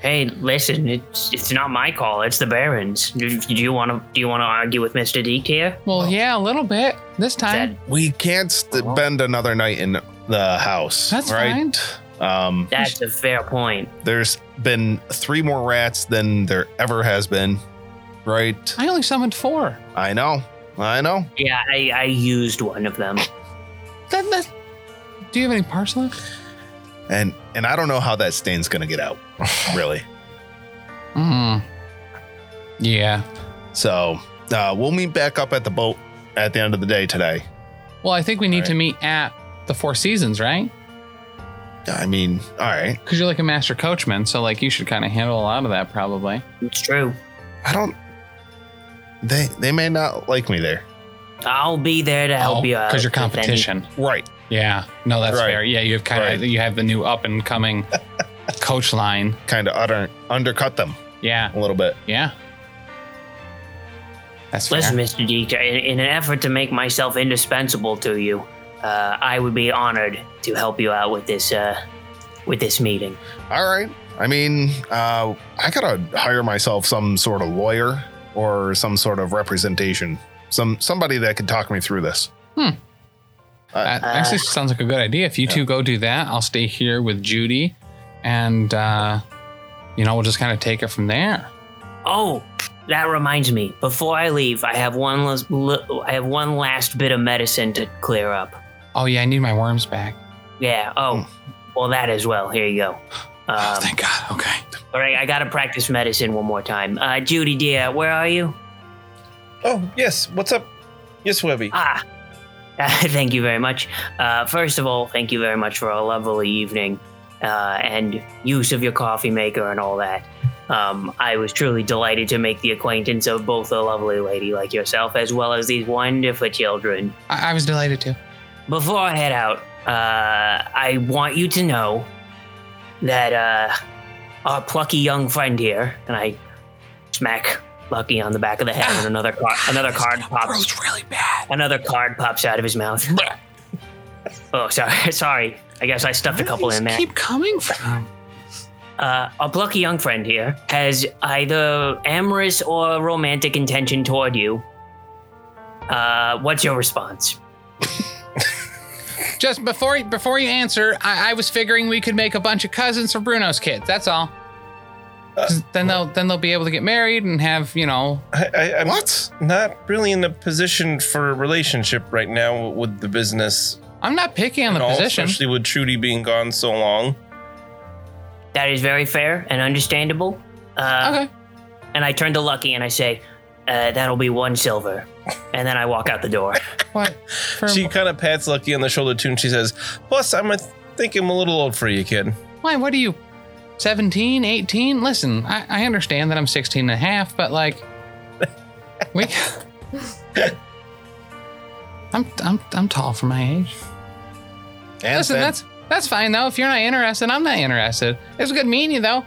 Speaker 3: Hey, listen, it's it's not my call. It's the Baron's. Do, do you want to do you want to argue with Mister Deke here?
Speaker 2: Well, yeah, a little bit this
Speaker 3: That
Speaker 2: time.
Speaker 4: We can't st- bend another night in the house.
Speaker 2: That's
Speaker 4: right? fine. Um,
Speaker 3: that's a fair point.
Speaker 4: there's been three more rats than there ever has been. Right?
Speaker 2: I only summoned four.
Speaker 4: I know. I know.
Speaker 3: Yeah, I, I used one of them.
Speaker 2: That, that, do you have any parts left?
Speaker 4: And and I don't know how that stain's gonna get out, really.
Speaker 2: Mm. Yeah.
Speaker 4: So uh, we'll meet back up at the boat at the end of the day today.
Speaker 2: Well, I think we need
Speaker 4: Right.
Speaker 2: to meet at the Four Seasons, right?
Speaker 4: I mean, all right.
Speaker 2: Because you're like a master coachman, so like you should kind of handle a lot of that probably.
Speaker 3: It's true.
Speaker 4: I don't. They they may not like me there.
Speaker 3: I'll be there to help you out
Speaker 2: because you're
Speaker 3: with any-
Speaker 2: Oh, competition.
Speaker 4: Right.
Speaker 2: Yeah, no, that's
Speaker 4: Right.
Speaker 2: fair. Yeah, you have kind of
Speaker 4: Right.
Speaker 2: you have the new up and coming coach line.
Speaker 4: Kind of utter undercut them
Speaker 2: Yeah,
Speaker 4: a little bit.
Speaker 2: yeah. That's fair.
Speaker 3: Listen, Mr. Deke, in, in an effort to make myself indispensable to you, uh, I would be honored to help you out with this uh, with this meeting.
Speaker 4: All right. I mean, uh, I gotta hire myself some sort of lawyer or some sort of representation. Some somebody that could talk me through this.
Speaker 2: That
Speaker 3: uh,
Speaker 2: actually sounds like a good idea. If you two go do that, I'll stay here with Judy, and uh, you know we'll just kind of take it from there.
Speaker 3: Oh, that reminds me. Before I leave, I have one las- l- I have one last bit of medicine to clear up.
Speaker 2: Oh yeah, I need my worms back.
Speaker 3: Yeah. Oh, well, that as well. Here you go.
Speaker 2: Hmm. Oh,
Speaker 3: Um,
Speaker 2: thank God. Okay.
Speaker 3: all right, I gotta practice medicine one more time. Uh, Judy, dear, where are you?
Speaker 1: Oh, yes. What's up? Yes, Webby.
Speaker 3: Ah, thank you very much. Uh, first of all, thank you very much for a lovely evening uh, and use of your coffee maker and all that. Um, I was truly delighted to make the acquaintance of both a lovely lady like yourself as well as these wonderful children.
Speaker 2: I, I was delighted too.
Speaker 3: Before I head out, uh, I want you to know that uh, our plucky young friend here, and I smack Lucky on the back of the head, and another car- another card pops
Speaker 2: really bad.
Speaker 3: Another card pops out of his mouth. oh, sorry. Sorry. I guess I stuffed a couple in there.
Speaker 2: Keep coming from.
Speaker 3: Uh, our plucky young friend here has either amorous or romantic intention toward you. Uh, what's your response?
Speaker 2: Just before before you answer, I, I was figuring we could make a bunch of cousins for Bruno's kids. That's all.
Speaker 1: Uh,
Speaker 2: 'Cause then they'll then they'll be able to get married and have you know.
Speaker 1: I, I, I'm
Speaker 4: What?
Speaker 1: not really in a position for a relationship right now with the business.
Speaker 2: I'm not picking on
Speaker 1: and
Speaker 2: the
Speaker 1: all,
Speaker 2: position.
Speaker 1: Especially with Trudy being gone so long.
Speaker 3: That is very fair and understandable. Uh,
Speaker 2: Okay.
Speaker 3: And I turn to Lucky and I say, uh, that'll be one silver. and then I walk out the door.
Speaker 7: What? For
Speaker 1: She kind of pats Lucky on the shoulder too, and she says, "Plus, I'm a think I'm a little old for you, kid."
Speaker 2: Why, what are you, 17, 18? Listen, I, I understand that I'm 16 and a half, but like, we. I'm, I'm, I'm tall for my age.
Speaker 4: And
Speaker 2: Listen,
Speaker 4: then-
Speaker 2: that's that's fine though. If you're not interested, I'm not interested. It was good meeting you though.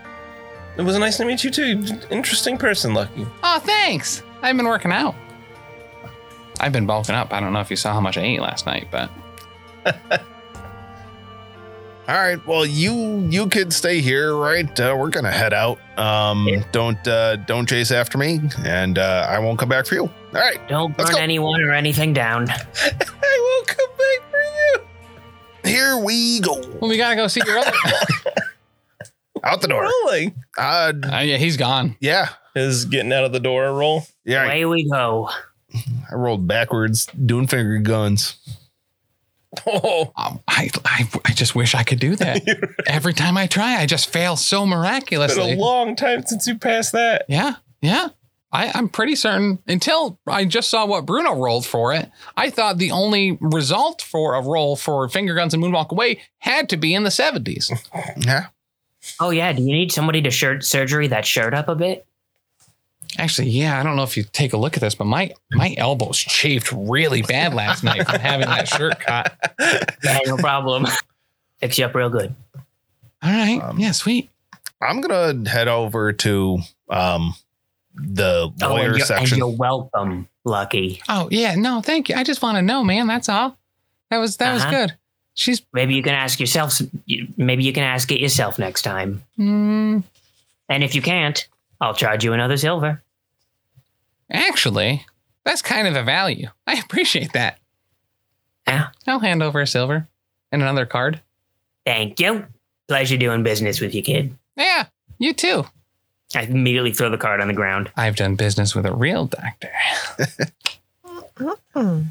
Speaker 1: It was nice to meet you too. Interesting person, Lucky.
Speaker 2: Oh, thanks. I've been working out. I've been bulking up. I don't know if you saw how much I ate last night, but
Speaker 4: All right. Well, you you could stay here, right? Uh, we're gonna head out. Um, don't uh, don't chase after me, and uh, I won't come back for you. All right.
Speaker 3: Don't
Speaker 4: Let's
Speaker 3: burn
Speaker 4: go.
Speaker 3: anyone or anything down.
Speaker 4: I won't come back for you. Here we go.
Speaker 2: well, we gotta go see your other.
Speaker 4: Out the door.
Speaker 1: Rolling
Speaker 4: Uh,
Speaker 2: Oh yeah, he's gone.
Speaker 4: yeah,
Speaker 1: is getting out of the door. a Roll.
Speaker 4: yeah. I,
Speaker 3: Away we go.
Speaker 4: I rolled backwards, doing finger guns.
Speaker 1: Oh,
Speaker 2: Um, I, I I just wish I could do that. Every time I try, I just fail so
Speaker 1: it's been a
Speaker 2: miraculously.
Speaker 1: long time since you passed that.
Speaker 2: Yeah, yeah. I, I'm pretty certain until I just saw what Bruno rolled for it. I thought the only result for a roll for finger guns and moonwalk away had to be in the 70s.
Speaker 4: Yeah.
Speaker 3: Oh yeah, do you need somebody to shirt surgery that shirt up a bit?
Speaker 2: Actually, yeah, I don't know if you take a look at this, but my my elbows chafed really bad last night from having that shirt cut.
Speaker 3: Yeah, no problem. Fix you up real good.
Speaker 2: All right,
Speaker 4: Um,
Speaker 2: yeah, sweet.
Speaker 4: I'm gonna head over to um the
Speaker 3: Oh, and
Speaker 4: lawyer
Speaker 3: you're, and
Speaker 4: section.
Speaker 3: you're welcome, Lucky.
Speaker 2: Oh yeah, no, thank you. I just want to know, man. That's all. That was that
Speaker 3: Uh-huh.
Speaker 2: was good. She's
Speaker 3: Maybe you can ask yourself. some- you- Maybe you can ask it yourself next time.
Speaker 2: mm,
Speaker 3: And if you can't, I'll charge you another silver.
Speaker 2: actually that's kind of a value. I appreciate that.
Speaker 3: Yeah.
Speaker 2: I'll hand over a silver and another card.
Speaker 3: Thank you. Pleasure doing business with you, kid.
Speaker 2: Yeah, you too.
Speaker 3: I immediately throw the card on the ground.
Speaker 2: I've done business with a real doctor.
Speaker 5: Hmm.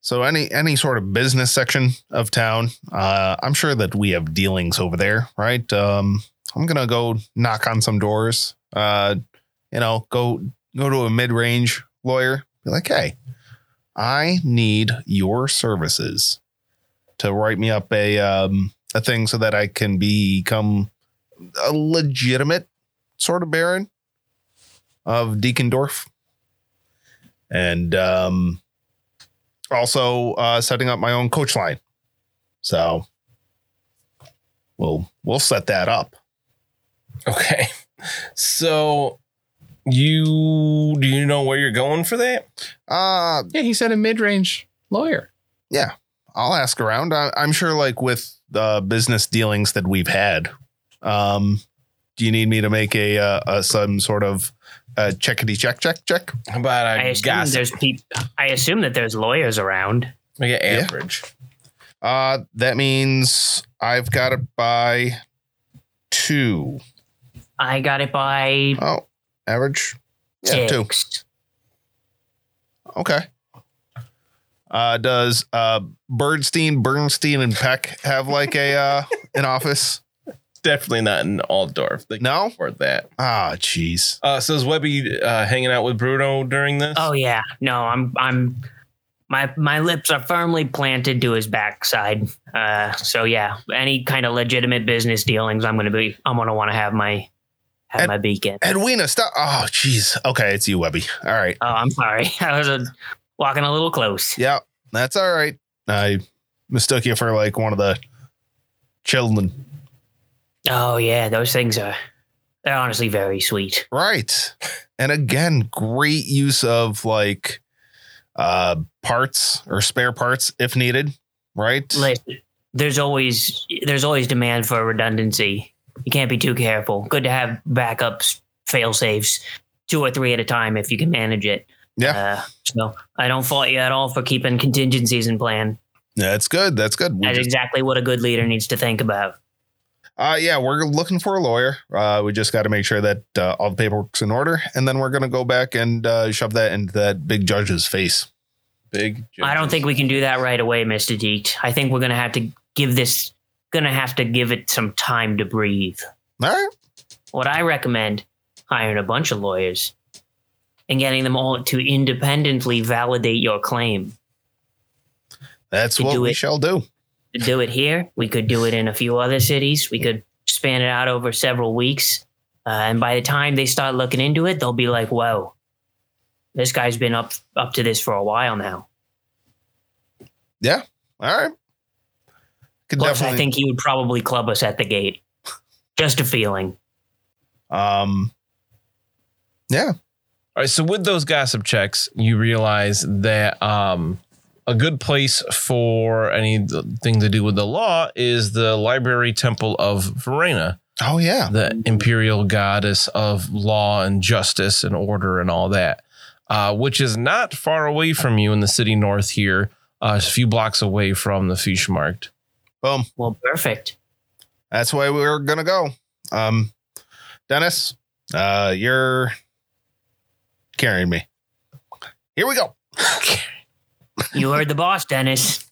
Speaker 4: So any any sort of business section of town, uh, I'm sure that we have dealings over there, right? Um, I'm gonna go knock on some doors. Uh, you know, go go to a mid range lawyer. Be like, hey, I need your services to write me up a um, a thing so that I can become a legitimate sort of baron of Deacondorf. And um, also uh, setting up my own coach line. So we'll we'll set that up.
Speaker 1: Okay, so you do you know where you're going for that?
Speaker 4: Uh,
Speaker 2: Yeah, he said a mid-range lawyer.
Speaker 4: I'll ask around. I, I'm sure, like with uh, business dealings that we've had, um, do you need me to make a, uh, a some sort of uh, checkity check check check?
Speaker 1: How about
Speaker 3: I
Speaker 1: I,
Speaker 3: assume
Speaker 1: gossip?
Speaker 3: there's peop I assume that there's lawyers around.
Speaker 1: Make it
Speaker 4: Yeah.
Speaker 1: average.
Speaker 4: Uh, that means I've got it by two.
Speaker 3: I got it by
Speaker 4: Oh, average. Yeah, two.
Speaker 3: six.
Speaker 4: Okay. Uh, does uh, Birdstein, Bernstein, and Peck have like a uh, an office?
Speaker 1: Definitely not in Altdorf. They can
Speaker 4: No.
Speaker 1: afford that.
Speaker 4: Ah, jeez.
Speaker 1: Uh, so is Webby uh, hanging out with Bruno during this?
Speaker 3: Oh yeah, no, I'm I'm my my lips are firmly planted to his backside. Uh, so yeah, any kind of legitimate business dealings, I'm gonna be I'm gonna want to have my have
Speaker 4: And-
Speaker 3: my beacon.
Speaker 4: Edwina, stop. Oh, jeez. Okay, it's you, Webby. All right.
Speaker 3: Oh, I'm sorry, I was uh walking a little close.
Speaker 4: Yeah, that's all right. I mistook you for like one of the children.
Speaker 3: Oh yeah, those things are they're honestly very sweet.
Speaker 4: Right. And again, great use of like uh parts or spare parts if needed. Right.
Speaker 3: Listen, there's always there's always demand for redundancy. You can't be too careful. Good to have backups, fail safes, two or three at a time if you can manage it. Uh,
Speaker 4: yeah.
Speaker 3: so I don't fault you at all for keeping contingencies in plan.
Speaker 4: That's good. That's good. We
Speaker 3: That's
Speaker 4: just-
Speaker 3: exactly what a good leader needs to think about.
Speaker 4: Uh, yeah, we're looking for a lawyer. Uh, we just got to make sure that uh, all the paperwork's in order, and then we're gonna go back and uh, shove that into that big judge's face.
Speaker 1: big.
Speaker 3: I don't think we can do that right away, Mister Deet. I think we're gonna have to give this gonna have to give it some time to breathe.
Speaker 4: All right.
Speaker 3: What I recommend hiring a bunch of lawyers, and getting them all to independently validate your claim.
Speaker 4: That's
Speaker 3: You
Speaker 4: what
Speaker 3: do
Speaker 4: we
Speaker 3: it.
Speaker 4: shall do.
Speaker 3: could do it here. We could do it in a few other cities. We could span it out over several weeks. Uh, and by the time they start looking into it, they'll be like, "Whoa, this guy's been up up to this for a while now."
Speaker 4: All right. Could
Speaker 3: Plus,
Speaker 4: definitely.
Speaker 3: I think he would probably club us at the gate. Just a feeling.
Speaker 4: um,
Speaker 1: All right. So with those gossip checks, you realize that um, a good place for anything to do with the law is the Library Temple of Verena,
Speaker 4: oh yeah.
Speaker 1: the imperial goddess of law and justice and order and all that, uh, which is not far away from you in the city north here, uh, a few blocks away from the Fischmarkt.
Speaker 4: Boom.
Speaker 3: Well, perfect.
Speaker 4: That's where we're gonna go. Um, Dennis, uh, you're carrying me. Here we go.
Speaker 3: You heard the boss, Dennis.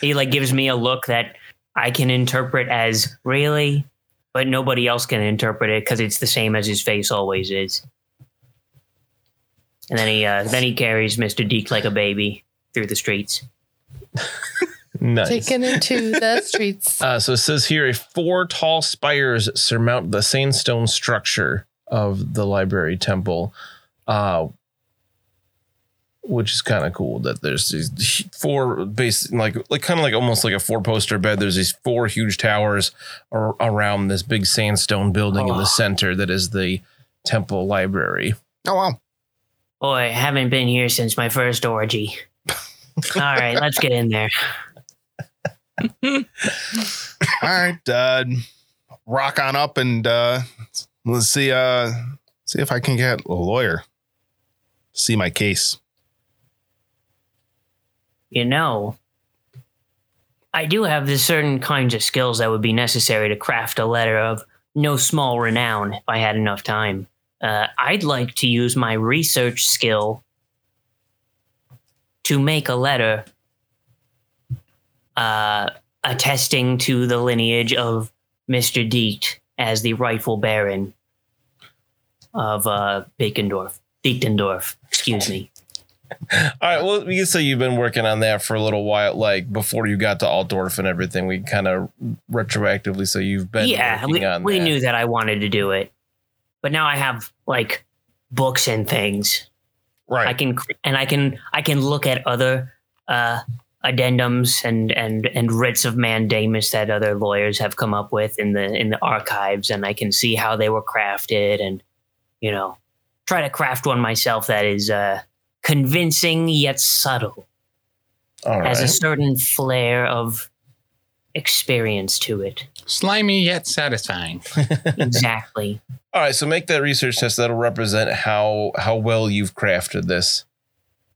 Speaker 3: He like gives me a look that I can interpret as really, but nobody else can interpret it because it's the same as his face always is. And then he uh, then he carries Mister Deke like a baby through the streets.
Speaker 1: Nice.
Speaker 5: Taken into the streets.
Speaker 1: Uh, so it says here, four tall spires surmount the sandstone structure of the library temple, uh, which is kind of cool. That there's these four base, like like kind of like almost like a four poster bed. There's these four huge towers ar- around this big sandstone building in
Speaker 3: Oh.
Speaker 1: the center that is the temple library.
Speaker 4: Oh wow.
Speaker 3: Boy, haven't been here since my first orgy. All right, let's get in there.
Speaker 4: All right. Uh, rock on up and uh, let's see. Uh, see if I can get a lawyer. See my case.
Speaker 3: You know, I do have the certain kinds of skills that would be necessary to craft a letter of no small renown if I had enough time. Uh, I'd like to use my research skill to make a letter uh, attesting to the lineage of Mr. Deet as the rightful baron of uh, Bakendorf. Dietendorf, excuse me.
Speaker 1: All right. Well, we can say you've been working on that for a little while, like before you got to Altdorf and everything. We kind of retroactively say you've been
Speaker 3: yeah
Speaker 1: working
Speaker 3: we,
Speaker 1: on
Speaker 3: we
Speaker 1: that.
Speaker 3: knew that i wanted to do it but now i have like books and things i
Speaker 4: Right.
Speaker 3: can cr- and i can i can look at other uh addendums and and and writs of mandamus that other lawyers have come up with in the in the archives and i can see how they were crafted and you know try to craft one myself that is uh convincing yet subtle
Speaker 1: All
Speaker 3: has a
Speaker 1: right.
Speaker 3: certain flair of experience to it
Speaker 2: Slimy yet satisfying.
Speaker 3: exactly
Speaker 1: All right, so make that research test. That'll represent how how well you've crafted this.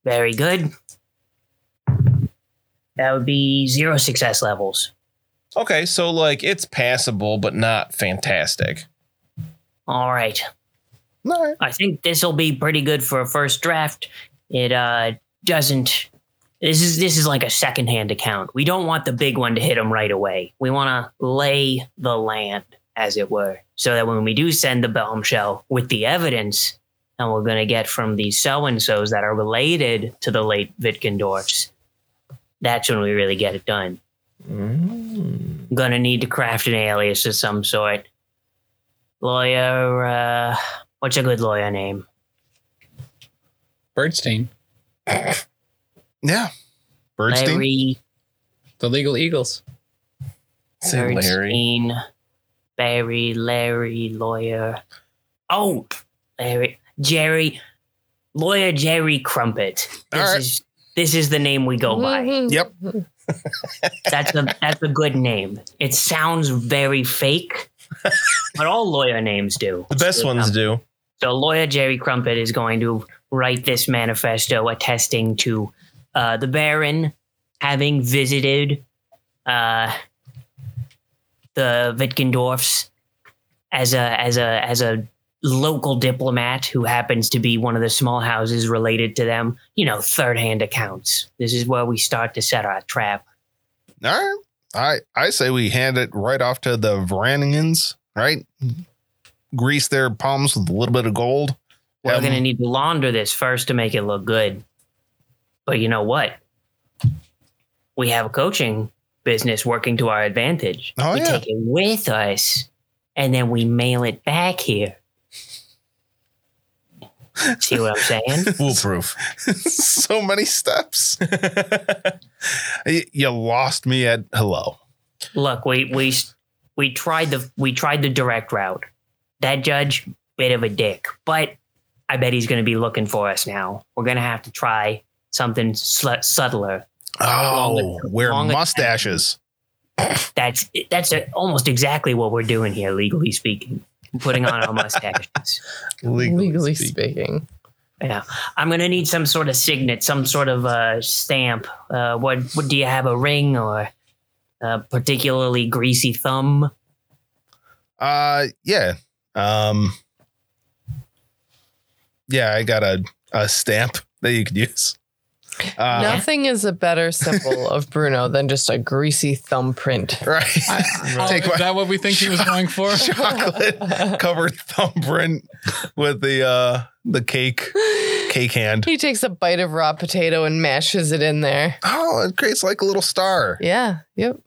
Speaker 3: Very good. That would be zero success levels.
Speaker 1: Okay, so like it's passable, but not fantastic.
Speaker 3: All right.
Speaker 4: All right.
Speaker 3: I think this will be pretty good for a first draft. It uh doesn't this is this is like a secondhand account. We don't want the big one to hit them right away. We want to lay the land as it were so that when we do send the bombshell with the evidence that we're going to get from the so and so's that are related to the late Wittgendorfs, that's when we really get it done. gonna need to craft an alias of some sort. Lawyer, uh, what's a good lawyer name?
Speaker 2: Birdstein,
Speaker 4: Yeah. Birdstein.
Speaker 3: Larry
Speaker 2: the legal eagles.
Speaker 1: Say Larry.
Speaker 3: Birdstein, Barry, Larry, lawyer. Oh, Larry, Jerry, lawyer Jerry Crumpet. This
Speaker 4: All right.
Speaker 3: is this is the name we go by.
Speaker 5: Mhm.
Speaker 4: Yep.
Speaker 3: That's a that's a good name. It sounds very fake, but all lawyer names do.
Speaker 1: The best ones do.
Speaker 3: So lawyer Jerry Crumpet is going to write this manifesto attesting to uh, the Baron having visited uh, the Wittgendorfs as a as a as a local diplomat who happens to be one of the small houses related to them. You know, third hand accounts. This is where we start to set our trap.
Speaker 4: All right. I I say we hand it right off to the Varangians, right? Grease their palms with a little bit of gold,
Speaker 3: We're
Speaker 4: Um,
Speaker 3: going to need to launder this first to make it look good. But you know what? We have a coaching business working to our advantage.
Speaker 4: Oh,
Speaker 3: we
Speaker 4: yeah.
Speaker 3: take it with us and then we mail it back here. See what I'm saying?
Speaker 1: Foolproof.
Speaker 4: so many steps. Y- you lost me at hello.
Speaker 3: Look, we we we tried the we tried the direct route. That judge, bit of a dick, but I bet he's going to be looking for us now. We're going to have to try something sl- subtler.
Speaker 4: Oh,
Speaker 3: Long-
Speaker 4: wear
Speaker 3: long-
Speaker 4: mustaches.
Speaker 3: That's that's uh almost exactly what we're doing here, legally speaking. Putting on our mustaches.
Speaker 5: Legally,
Speaker 4: speak.
Speaker 5: speaking.
Speaker 3: Yeah, I'm going to need some sort of signet, some sort of uh, stamp. Uh, what what do you have? A ring or a particularly greasy thumb?
Speaker 4: Uh, yeah. Um, yeah, I got a, a stamp that you could use. Uh,
Speaker 5: Nothing is a better symbol of Bruno than just a greasy thumbprint.
Speaker 4: Right. Take
Speaker 2: is
Speaker 4: my
Speaker 2: that what we think he was going for?
Speaker 4: chocolate covered thumbprint with the uh the cake cake hand.
Speaker 5: He takes a bite of raw potato and mashes it in there.
Speaker 4: Oh, it creates like a little star.
Speaker 5: Yeah. Yep.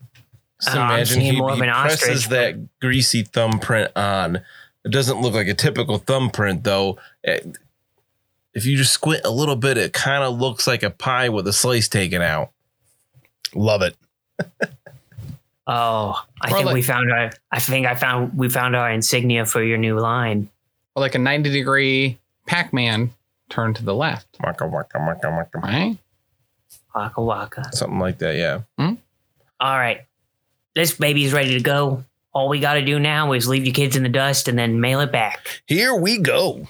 Speaker 1: Just
Speaker 3: Oh, I'm
Speaker 1: imagine
Speaker 3: seeing
Speaker 1: he,
Speaker 3: more
Speaker 1: he
Speaker 3: of an
Speaker 1: presses
Speaker 3: ostrich.
Speaker 1: that greasy thumbprint on. It doesn't look like a typical thumbprint, though. It- if you just squint a little bit, it kind of looks like a pie with a slice taken out.
Speaker 4: Love it.
Speaker 3: Oh, I
Speaker 2: Or
Speaker 3: think
Speaker 2: like-
Speaker 3: we found our. I think I found we found our insignia for your new line.
Speaker 2: like a 90 degree Pac-Man turn to the left,
Speaker 1: Waka, waka, waka, waka, waka.
Speaker 2: right?
Speaker 3: Waka waka.
Speaker 1: Something like that, yeah.
Speaker 3: All right, this baby's ready to go. All we got to do now is leave your kids in the dust and then mail it back.
Speaker 4: Here we go.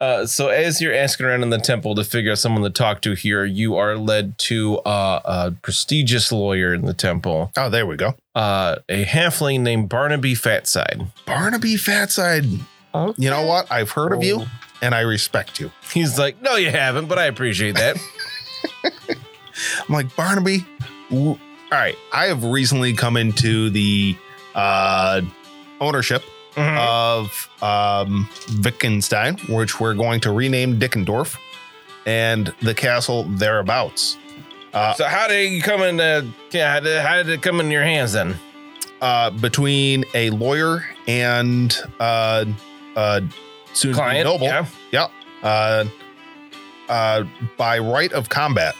Speaker 1: Uh, so as you're asking around in the temple to figure out someone to talk to here, you are led to uh, a prestigious lawyer in the temple,
Speaker 4: Oh, there we go.
Speaker 1: uh, a halfling named Barnaby Fatside.
Speaker 4: Barnaby Fatside. You know what? I've heard of you and I respect you.
Speaker 1: He's like, no, you haven't, but I appreciate that.
Speaker 4: I'm like, Barnaby, w- all right, I have recently come into the uh, ownership Mm-hmm.
Speaker 1: Mhm.
Speaker 4: of um, Wittgenstein, which we're going to rename Dickendorf and the castle thereabouts.
Speaker 1: Uh, so how did it come in? Uh, yeah, how did, how did it come in your hands then?
Speaker 4: uh, between a lawyer and uh, uh, soon
Speaker 1: Client,
Speaker 4: noble.
Speaker 1: yeah.
Speaker 4: Yep. Uh, uh, by right of combat.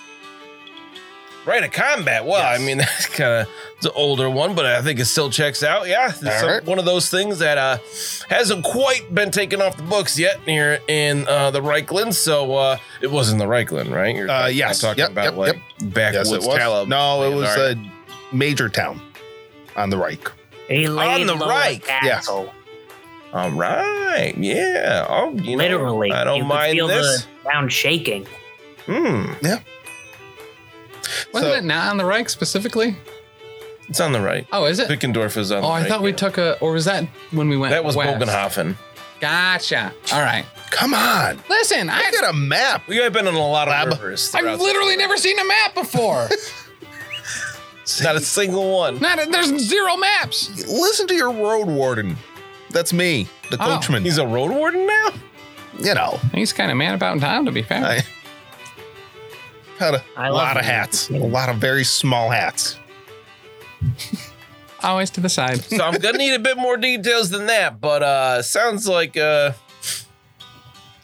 Speaker 1: Right, a combat. Well,
Speaker 4: Yes.
Speaker 1: I mean, that's kind of it's an older one, but I think it still checks out. Yeah, it's
Speaker 4: All
Speaker 1: some-
Speaker 4: right.
Speaker 1: one of those things that uh, hasn't quite been taken off the books yet here in uh, the Reichland. So uh, it was in the Reichland, right? You're
Speaker 4: Uh,
Speaker 1: not
Speaker 4: yes.
Speaker 1: talking
Speaker 4: Yep,
Speaker 1: about
Speaker 4: yep,
Speaker 1: like backwoods
Speaker 4: it was.
Speaker 1: Tallow.
Speaker 4: No,
Speaker 1: All
Speaker 4: it was
Speaker 1: right.
Speaker 4: a major town on the Reich.
Speaker 3: He laid
Speaker 1: the
Speaker 3: low
Speaker 1: right, yeah.
Speaker 3: castle.
Speaker 1: All right. Yeah. Oh, you know,
Speaker 3: Literally,
Speaker 1: I don't
Speaker 3: you could
Speaker 1: mind
Speaker 3: feel
Speaker 1: this.
Speaker 3: The ground shaking.
Speaker 1: Hmm.
Speaker 2: Wasn't
Speaker 4: So-
Speaker 2: it not on the Reich specifically?
Speaker 1: It's on the right.
Speaker 2: Oh, is it?
Speaker 1: Pickendorf is on.
Speaker 2: Oh,
Speaker 1: the
Speaker 2: I
Speaker 1: right,
Speaker 2: thought we
Speaker 1: yeah.
Speaker 2: took a, or was that when we went?
Speaker 1: That was
Speaker 2: west?
Speaker 1: Bogenhofen.
Speaker 2: Gotcha. All right.
Speaker 4: Come on.
Speaker 2: Listen,
Speaker 4: I
Speaker 2: I,
Speaker 4: got a map.
Speaker 1: We have been on a lot of
Speaker 4: Lab.
Speaker 1: rivers.
Speaker 2: I've
Speaker 1: throughout-
Speaker 2: literally never seen a map before.
Speaker 1: not a single one.
Speaker 2: not a, there's zero maps.
Speaker 4: Listen to your road warden. That's me, the
Speaker 2: Oh.
Speaker 4: coachman.
Speaker 1: He's a road warden now.
Speaker 4: you know,
Speaker 2: He's kind of mad about time, to be fair.
Speaker 4: I had a
Speaker 3: I love
Speaker 4: lot of
Speaker 3: when you-
Speaker 4: hats, a lot of very small hats.
Speaker 2: Always to the side.
Speaker 1: so I'm gonna need a bit more details than that. But uh, sounds like uh,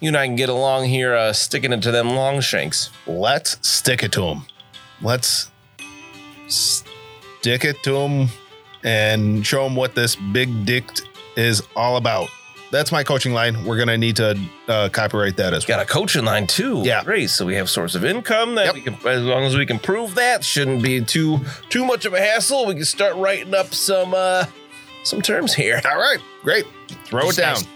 Speaker 1: you and I can get along here, uh, sticking it to them long shanks.
Speaker 4: let's stick it to him. Let's stick it to him and show him what this big dick is all about. That's my coaching line. We're gonna need to uh, copyright that as well.
Speaker 1: Got a coaching line too.
Speaker 4: Yeah.
Speaker 1: great. So we have source of income that
Speaker 4: Yep.
Speaker 1: we can, as long as we can prove that, shouldn't be too too much of a hassle. We can start writing up some uh, some terms here.
Speaker 4: All right, great. Throw it
Speaker 3: This
Speaker 4: down.
Speaker 3: guy's-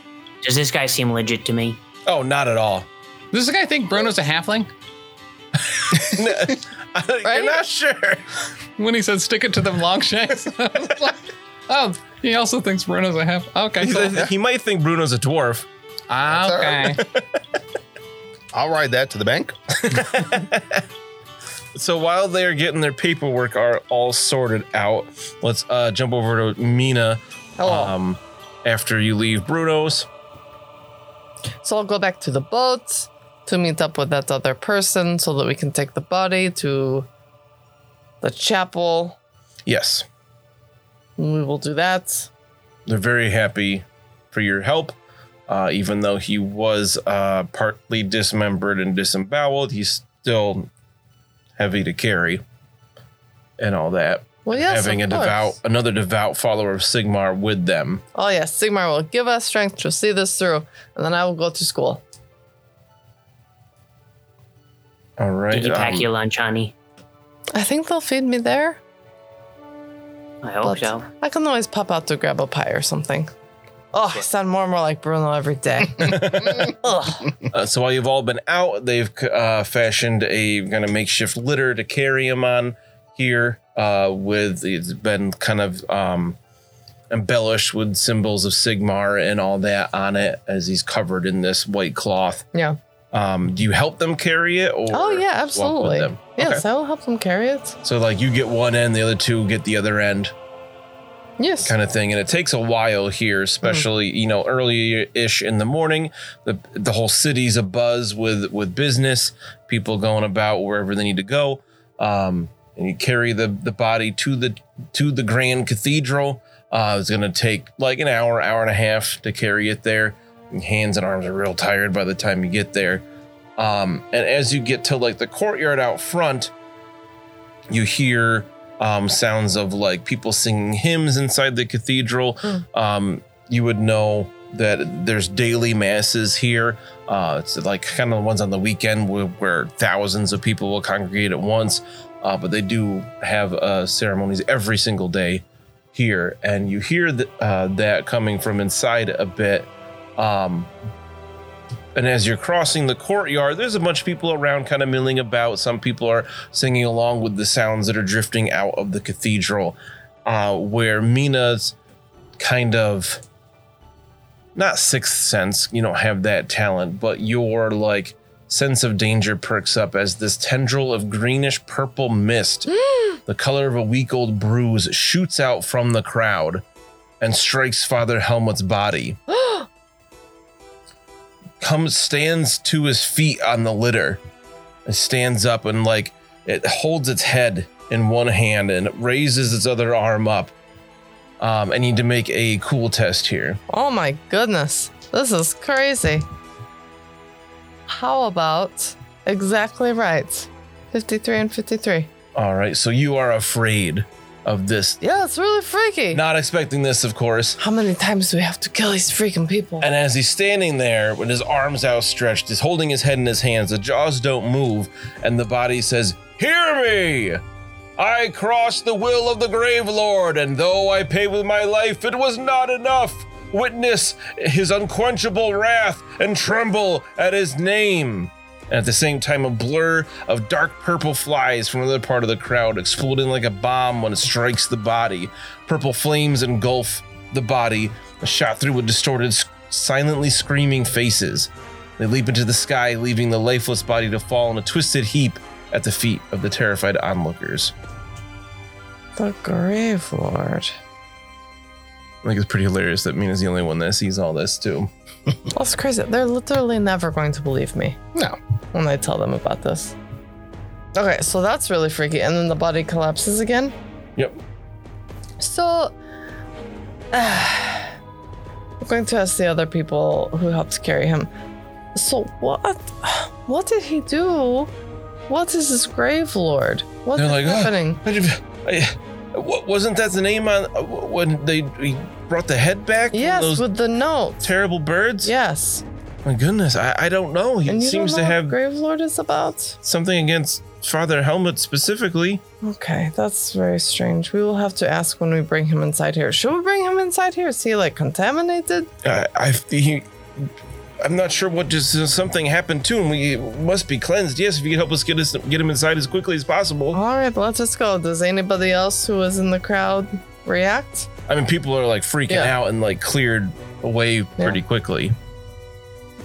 Speaker 3: Does this guy seem legit to me?
Speaker 1: Oh, not at all.
Speaker 2: Does this guy think Bruno's a halfling?
Speaker 1: You're
Speaker 5: Right?
Speaker 1: not sure.
Speaker 2: When he said stick it to them long shanks. I was like, oh, he also thinks Bruno's a half. Okay.
Speaker 1: He,
Speaker 2: Cool.
Speaker 1: he might think Bruno's a dwarf.
Speaker 2: Okay.
Speaker 4: I'll ride that to the bank.
Speaker 1: So while they're getting their paperwork are all sorted out, let's uh, jump over to Mina.
Speaker 5: Hello.
Speaker 1: Um, after you leave Bruno's,
Speaker 5: So I'll go back to the boat to meet up with that other person so that we can take the body to the chapel.
Speaker 1: Yes.
Speaker 5: We will do that.
Speaker 1: They're very happy for your help. Uh, even though he was uh, partly dismembered and disemboweled, he's still heavy to carry and all that.
Speaker 5: Well, yes.
Speaker 1: Having a
Speaker 5: of course.
Speaker 1: devout, another devout follower of Sigmar with them.
Speaker 5: Oh, yes. Sigmar will give us strength to see this through, and then I will go to school.
Speaker 1: All
Speaker 3: Did
Speaker 1: right.
Speaker 3: you pack
Speaker 1: um,
Speaker 3: your lunch, honey?
Speaker 5: I think they'll feed me there.
Speaker 3: I hope
Speaker 5: but
Speaker 3: so.
Speaker 5: I can always pop out to grab a pie or something. Oh, I sound more and more like Bruno every day. Ugh.
Speaker 1: Uh, so while you've all been out, they've uh, fashioned a kind of makeshift litter to carry him on here. Uh, with it's been kind of um, embellished with symbols of Sigmar and all that on it, as he's covered in this white cloth.
Speaker 5: Yeah.
Speaker 1: Um, do you help them carry it, or
Speaker 5: Oh, yeah,
Speaker 1: just walk with
Speaker 5: absolutely.
Speaker 1: them?
Speaker 5: Yes, I will help them carry it.
Speaker 1: So like you get one end, the other two get the other end.
Speaker 5: Yes.
Speaker 1: kind of thing and it takes a while here especially you know early ish in the morning the the whole city's abuzz with with business people going about wherever they need to go um and you carry the the body to the to the grand cathedral uh it's gonna take like an hour hour and a half to carry it there and hands and arms are real tired by the time you get there um and as you get to like the courtyard out front you hear um, sounds of like people singing hymns inside the cathedral. Um, you would know that there's daily masses here. Uh, it's like kind of the ones on the weekend where, where thousands of people will congregate at once, uh, but they do have uh, ceremonies every single day here. And you hear th- uh, that coming from inside a bit. Um, and as you're crossing the courtyard, there's a bunch of people around kind of milling about. Some people are singing along with the sounds that are drifting out of the cathedral, uh, where Mina's kind of not sixth sense, you don't have that talent, but your like sense of danger perks up as this tendril of greenish purple mist, the color of a week old bruise, shoots out from the crowd and strikes Father Helmut's body. comes stands to his feet on the litter it stands up and like it holds its head in one hand and it raises its other arm up. Um, I need to make a cool test here.
Speaker 5: Oh my goodness. This is crazy. How about exactly right? 53 and 53.
Speaker 1: All right, so you are afraid of this.
Speaker 5: Yeah, it's really freaky.
Speaker 1: Not expecting this, of course.
Speaker 5: How many times do we have to kill these freaking people?
Speaker 1: And as he's standing there with his arms outstretched, he's holding his head in his hands, the jaws don't move, and the body says, Hear me! I crossed the will of the Grave Lord, and though I paid with my life, it was not enough. Witness his unquenchable wrath and tremble at his name. And at the same time, a blur of dark purple flies from another part of the crowd, exploding like a bomb when it strikes the body. Purple flames engulf the body, shot through with distorted, sc- silently screaming faces. They leap into the sky, leaving the lifeless body to fall in a twisted heap at the feet of the terrified onlookers.
Speaker 5: the Grave Lord.
Speaker 1: I think it's pretty hilarious that Mina's the only one that sees all this too.
Speaker 5: That's crazy. They're literally never going to believe me.
Speaker 1: No.
Speaker 5: When I tell them about this. Okay, so that's really freaky. And then the body collapses again?
Speaker 1: Yep.
Speaker 5: So. I'm going to ask the other people who helped carry him. So what? What did he do? What is this grave lord? What's
Speaker 1: They're like, "Ah."
Speaker 5: happening?
Speaker 1: I, I- wa- wasn't that the name on uh, when they he brought the head back? from
Speaker 5: yes,
Speaker 1: those
Speaker 5: with the note.
Speaker 1: terrible birds.
Speaker 5: Yes.
Speaker 1: My goodness, I, I don't know. He
Speaker 5: And you
Speaker 1: seems to
Speaker 5: don't know what
Speaker 1: have
Speaker 5: grave lord is about.
Speaker 1: something against Father Helmet specifically.
Speaker 5: Okay, that's very strange. We will have to ask when we bring him inside here. Should we bring him inside here? Is he like contaminated?
Speaker 1: I, I he, I'm not sure what just something happened to him. We must be cleansed. Yes, if you could help us get us get him inside as quickly as possible.
Speaker 5: All right, let's just go. Does anybody else who was in the crowd react?
Speaker 1: I mean, people are like freaking
Speaker 5: Yeah.
Speaker 1: out and like cleared away pretty quickly.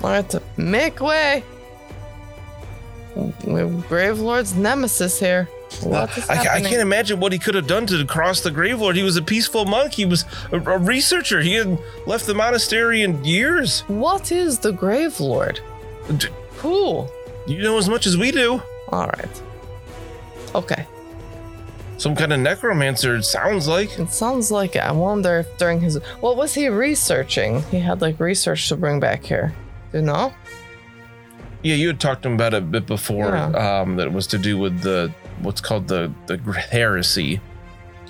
Speaker 5: All right, to make way. We're Grave Lord's nemesis here. Lots is
Speaker 1: I, ca- I
Speaker 5: happening.
Speaker 1: can't imagine what he could have done to cross the Grave Lord. He was a peaceful monk. He was a, a researcher. He had left the monastery in years.
Speaker 5: What is the Grave Lord?
Speaker 1: D-
Speaker 5: Who?
Speaker 1: You know as much as we do.
Speaker 5: All right. Okay.
Speaker 1: Some kind of necromancer. It sounds like.
Speaker 5: It sounds like it. I wonder if during his what was he researching? He had like research to bring back here. Do you know?
Speaker 1: Yeah, you had talked to him about it a bit before.
Speaker 5: Yeah.
Speaker 1: Um, that was to do with the what's called the the heresy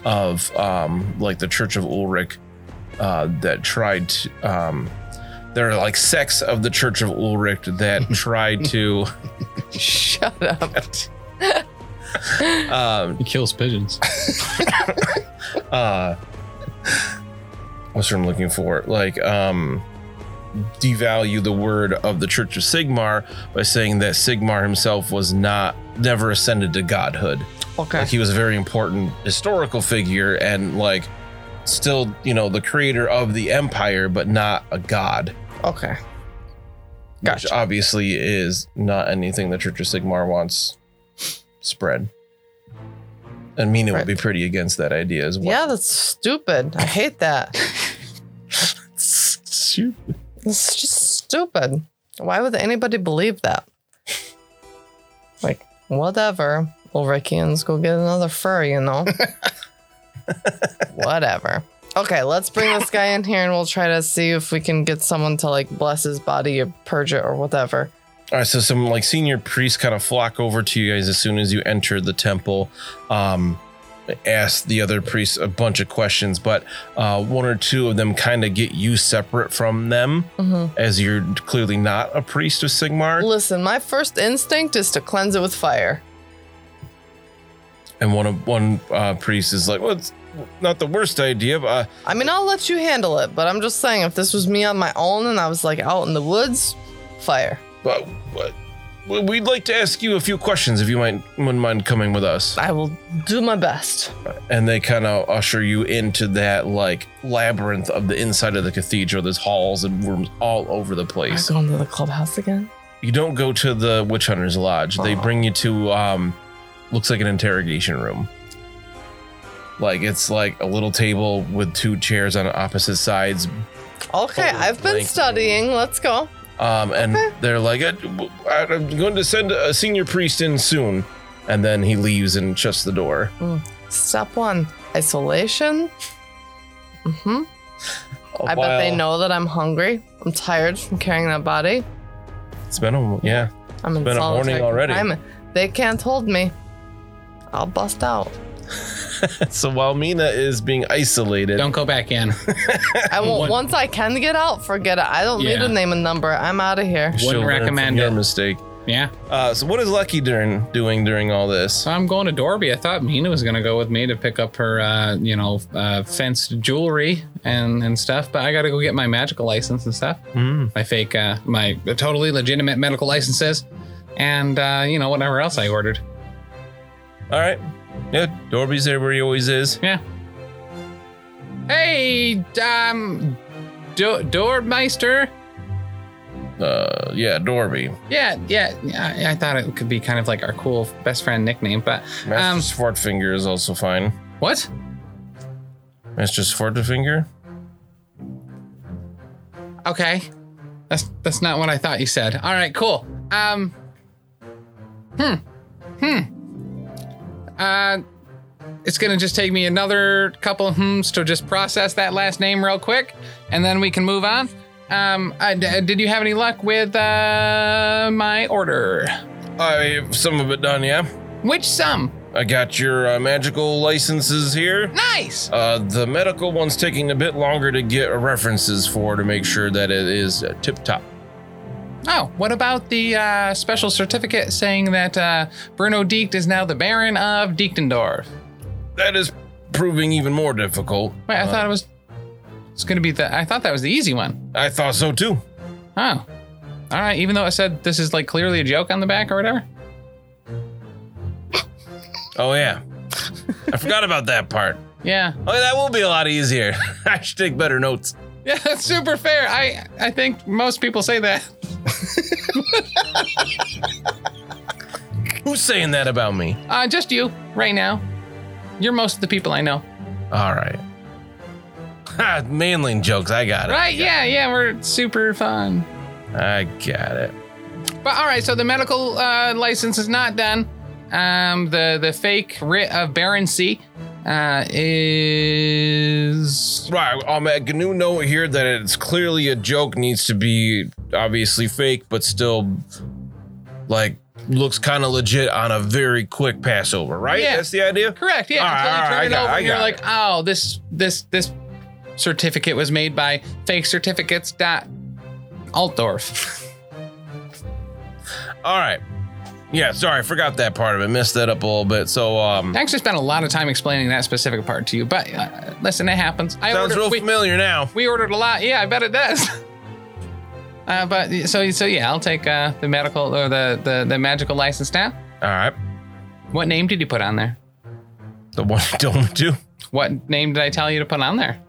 Speaker 1: of um, like the Church of Ulrich uh, that tried. To, um, there are like sects of the Church of Ulrich that tried to.
Speaker 5: Shut up.
Speaker 1: um,
Speaker 2: He kills pigeons.
Speaker 1: uh, what's what I'm looking for? Like, um, devalue the word of the Church of Sigmar by saying that Sigmar himself was not never ascended to godhood.
Speaker 5: Okay.
Speaker 1: Like he was a very important historical figure and like still, you know, the creator of the empire, but not a god.
Speaker 5: Okay.
Speaker 1: Which
Speaker 5: Gotcha.
Speaker 1: obviously is not anything the Church of Sigmar wants spread. I mean, it would be pretty against that idea as well.
Speaker 5: Yeah, that's stupid. I hate that.
Speaker 1: Shoot.
Speaker 5: It's just stupid. Why would anybody believe that? Like, whatever. Ulrichians, go get another fur, you know? whatever. Okay, let's bring this guy in here and we'll try to see if we can get someone to like bless his body or purge it or whatever.
Speaker 1: All right, so some like senior priests kind of flock over to you guys as soon as you enter the temple. Um, ask the other priests a bunch of questions, but uh, one or two of them kind of get you separate from them
Speaker 5: Mhm.
Speaker 1: as you're clearly not a priest of Sigmar.
Speaker 5: Listen, my first instinct is to cleanse it with fire.
Speaker 1: And one of one uh, priest is like, "Well, it's not the worst idea, but uh,
Speaker 5: I mean, I'll let you handle it, but I'm just saying, if this was me on my own and I was like out in the woods, fire.
Speaker 1: but, but we- we'd like to ask you a few questions if you might wouldn't mind coming with us."
Speaker 5: I will do my best.
Speaker 1: and they kind of usher you into that like labyrinth of the inside of the cathedral. There's halls and rooms all over the
Speaker 5: I'm
Speaker 1: place.
Speaker 5: going to the clubhouse again.
Speaker 1: You don't go to the witch hunter's lodge. They
Speaker 5: Oh.
Speaker 1: bring you to um, looks like an interrogation room. Like it's like a little table with two chairs on opposite sides,
Speaker 5: Okay,
Speaker 1: Oh,
Speaker 5: I've been
Speaker 1: blank.
Speaker 5: studying. Let's go.
Speaker 1: um, and
Speaker 5: Okay.
Speaker 1: they're like, "Uh, w- "I'm going to send a senior priest in soon," and then he leaves and shuts the door.
Speaker 5: Step one isolation. hmm I bet they
Speaker 1: While-
Speaker 5: know that I'm hungry. I'm tired from carrying that body.
Speaker 1: It's been a yeah.
Speaker 5: I'm in
Speaker 1: Been a morning
Speaker 5: solitary
Speaker 1: already.
Speaker 5: confinement. They can't hold me. I'll bust out.
Speaker 1: so while Mina is being isolated,
Speaker 2: Don't go back in.
Speaker 5: I won't.
Speaker 2: One-
Speaker 5: Once I can get out, forget it. I don't need
Speaker 2: Yeah.
Speaker 5: a name and number. I'm out of here.
Speaker 2: Wouldn't
Speaker 1: She'll learn from
Speaker 2: recommend
Speaker 1: your
Speaker 2: it.
Speaker 1: mistake.
Speaker 2: Yeah.
Speaker 1: Uh, so what is Lucky during doing during all this?
Speaker 2: So I'm going to Dorby. I thought Mina was going to go with me to pick up her, uh, you know, uh, fenced jewelry and, and stuff, but I got to go get my magical license and stuff.
Speaker 1: Mm.
Speaker 2: My fake, uh, my totally legitimate medical licenses and, uh, you know, whatever else I ordered.
Speaker 1: All right. Yeah, Dorby's there where he always is.
Speaker 2: Hey, um, Do- Dormeister?
Speaker 1: Uh, yeah, Dorby,
Speaker 2: Yeah, yeah. I, I thought it could be kind of like our cool best friend nickname, but um,
Speaker 1: Master Swartfinger is also fine.
Speaker 2: what?
Speaker 1: Master Swartfinger.
Speaker 2: Okay. That's that's not what I thought you said. All right, cool. Um Hmm. Hmm. Uh it's going to just take me another couple of hmms to just process that last name real quick and then we can move on. Um I, d- did you have any luck with uh my order?
Speaker 1: I have some of it done. Yeah,
Speaker 2: Which sum?
Speaker 1: I got your uh, magical licenses here.
Speaker 2: Nice.
Speaker 1: Uh, the medical one's taking a bit longer to get references for to make sure that it is uh, tip top.
Speaker 2: Oh, what about the uh, special certificate saying that uh, Bruno Diecht is now the Baron of Dichtendorf?
Speaker 1: That is proving even more difficult.
Speaker 2: Wait, I
Speaker 1: Uh,
Speaker 2: thought it was. It's gonna be the. I thought that was the easy one.
Speaker 1: I thought so too.
Speaker 2: Oh. All right. Even though it said this is like clearly a joke on the back or whatever.
Speaker 1: Oh yeah, I forgot about that part.
Speaker 2: Yeah.
Speaker 1: Oh, that will be a lot easier. I should take better notes.
Speaker 2: Yeah, that's super fair. I I think most people say that.
Speaker 1: Who's saying that about me?
Speaker 2: Uh, just you, right now. You're most of the people I know.
Speaker 1: All right. Ha, manling jokes. I got it.
Speaker 2: Right? Yeah, yeah, we're super fun.
Speaker 1: I got it.
Speaker 2: But all right, so the medical uh, license is not done. Um, the the fake writ of barency uh, is
Speaker 1: Right. Um, a GNU note here that it's clearly a joke needs to be obviously fake, but still like looks kind of legit on a very quick passover, right?
Speaker 2: Yeah.
Speaker 1: That's the idea?
Speaker 2: correct. Yeah,
Speaker 1: All right,
Speaker 2: until you
Speaker 1: all right,
Speaker 2: turn
Speaker 1: I
Speaker 2: it
Speaker 1: got-
Speaker 2: over,
Speaker 1: I
Speaker 2: and you're
Speaker 1: got
Speaker 2: like, oh, this this this certificate was made by fake certificates dot Altdorf.
Speaker 1: All right. Yeah, sorry, forgot that part of it. Missed that up a little bit. So um
Speaker 2: I actually spent a lot of time explaining that specific part to you, but uh, listen, it happens. I
Speaker 1: sounds
Speaker 2: ordered-
Speaker 1: real
Speaker 2: we-
Speaker 1: familiar now.
Speaker 2: We ordered a lot. Yeah, I bet it does. Uh, but so so yeah, I'll take uh, the medical or the, the the magical license now.
Speaker 1: All right.
Speaker 2: What name did you put on there?
Speaker 1: The one you told me to.
Speaker 2: What name did I tell you to put on there?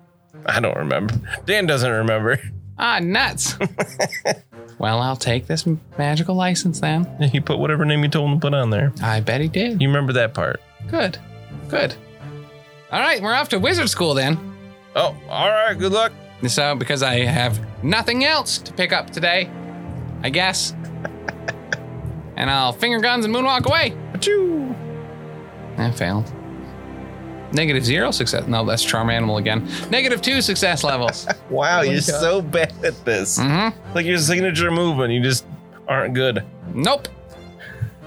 Speaker 1: I don't remember. Dan doesn't remember.
Speaker 2: Ah, nuts. well, I'll take this magical license then.
Speaker 1: He put whatever name you told him to put on there.
Speaker 2: I bet he did.
Speaker 1: You remember that part.
Speaker 2: Good, good. All right, we're off to wizard school then.
Speaker 1: Oh, all right, good luck.
Speaker 2: So because I have nothing else to pick up today, I guess. and I'll finger guns and moonwalk away.
Speaker 1: Achoo.
Speaker 2: I failed. Negative zero success. No, that's charm animal again. Negative two success levels.
Speaker 1: Wow, Oh, you're so bad at this.
Speaker 2: mm-hmm.
Speaker 1: Like your signature move, and you just aren't good.
Speaker 2: Nope.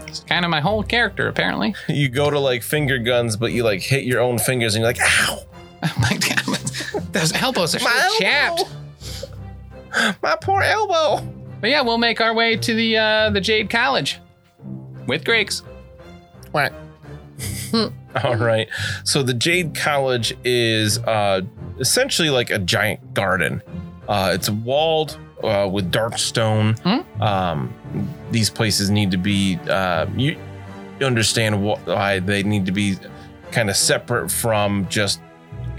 Speaker 2: It's kind of my whole character, apparently.
Speaker 1: You go to like finger guns, but you like hit your own fingers, and you're like, ow,
Speaker 2: I'm like, damn it. Those elbows are so
Speaker 1: My
Speaker 2: chapped.
Speaker 1: my poor elbow.
Speaker 2: But yeah, we'll make our way to the uh, the Jade College with Greg's. What?
Speaker 1: All right. So the Jade College is uh, essentially like a giant garden. Uh, it's walled uh, with dark stone. Um, these places need to be. Uh, you understand wh- why they need to be kind of separate from just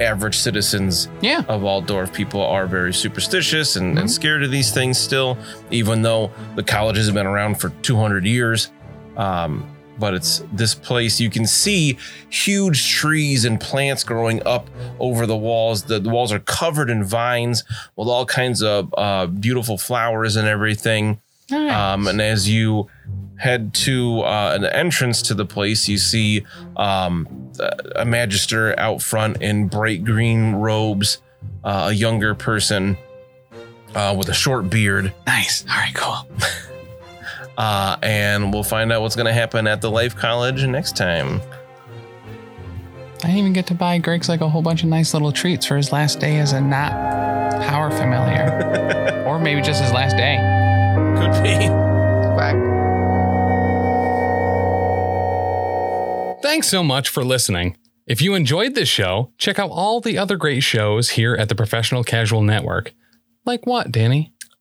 Speaker 1: average citizens
Speaker 2: Yeah.
Speaker 1: of all dwarf people are very superstitious and, and scared of these things still, even though the colleges have been around for 200 years. Um, but it's this place you can see huge trees and plants growing up over the walls. The, the walls are covered in vines with all kinds of uh, beautiful flowers and everything. Um, and as you head to uh, an entrance to the place, you see um, a- a magister out front in bright green robes, uh, a younger person uh, with a short beard.
Speaker 2: Nice. All right, cool.
Speaker 1: Uh, and we'll find out what's going to happen at the Life College next time.
Speaker 2: I didn't even get to buy Greg's like a whole bunch of nice little treats for his last day as a not power familiar. or maybe just his last day.
Speaker 1: Could be.
Speaker 5: Quack.
Speaker 7: Thanks so much for listening. If you enjoyed this show, check out all the other great shows here at the Professional Casual Network. Like what, Danny?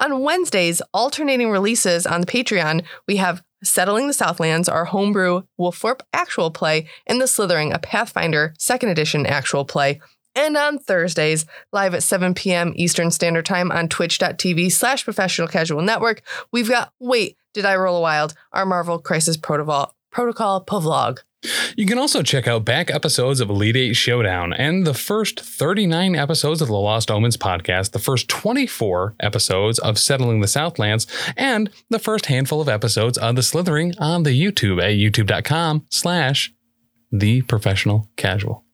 Speaker 5: On Wednesdays, alternating releases on the Patreon, we have Settling the Southlands, our homebrew Wolforp actual play, and The Slithering, a Pathfinder second edition actual play. And on Thursdays, live at 7 p.m. Eastern Standard Time on twitch.tv slash professional casual network, we've got Wait, Did I Roll a Wild? Our Marvel Crisis Protocol, Protocol Povlog.
Speaker 7: You can also check out back episodes of Elite Eight Showdown and the first 39 episodes of the Lost Omens podcast, the first 24 episodes of Settling the Southlands, and the first handful of episodes of The Slithering on the YouTube at youtube.com slash the professional casual.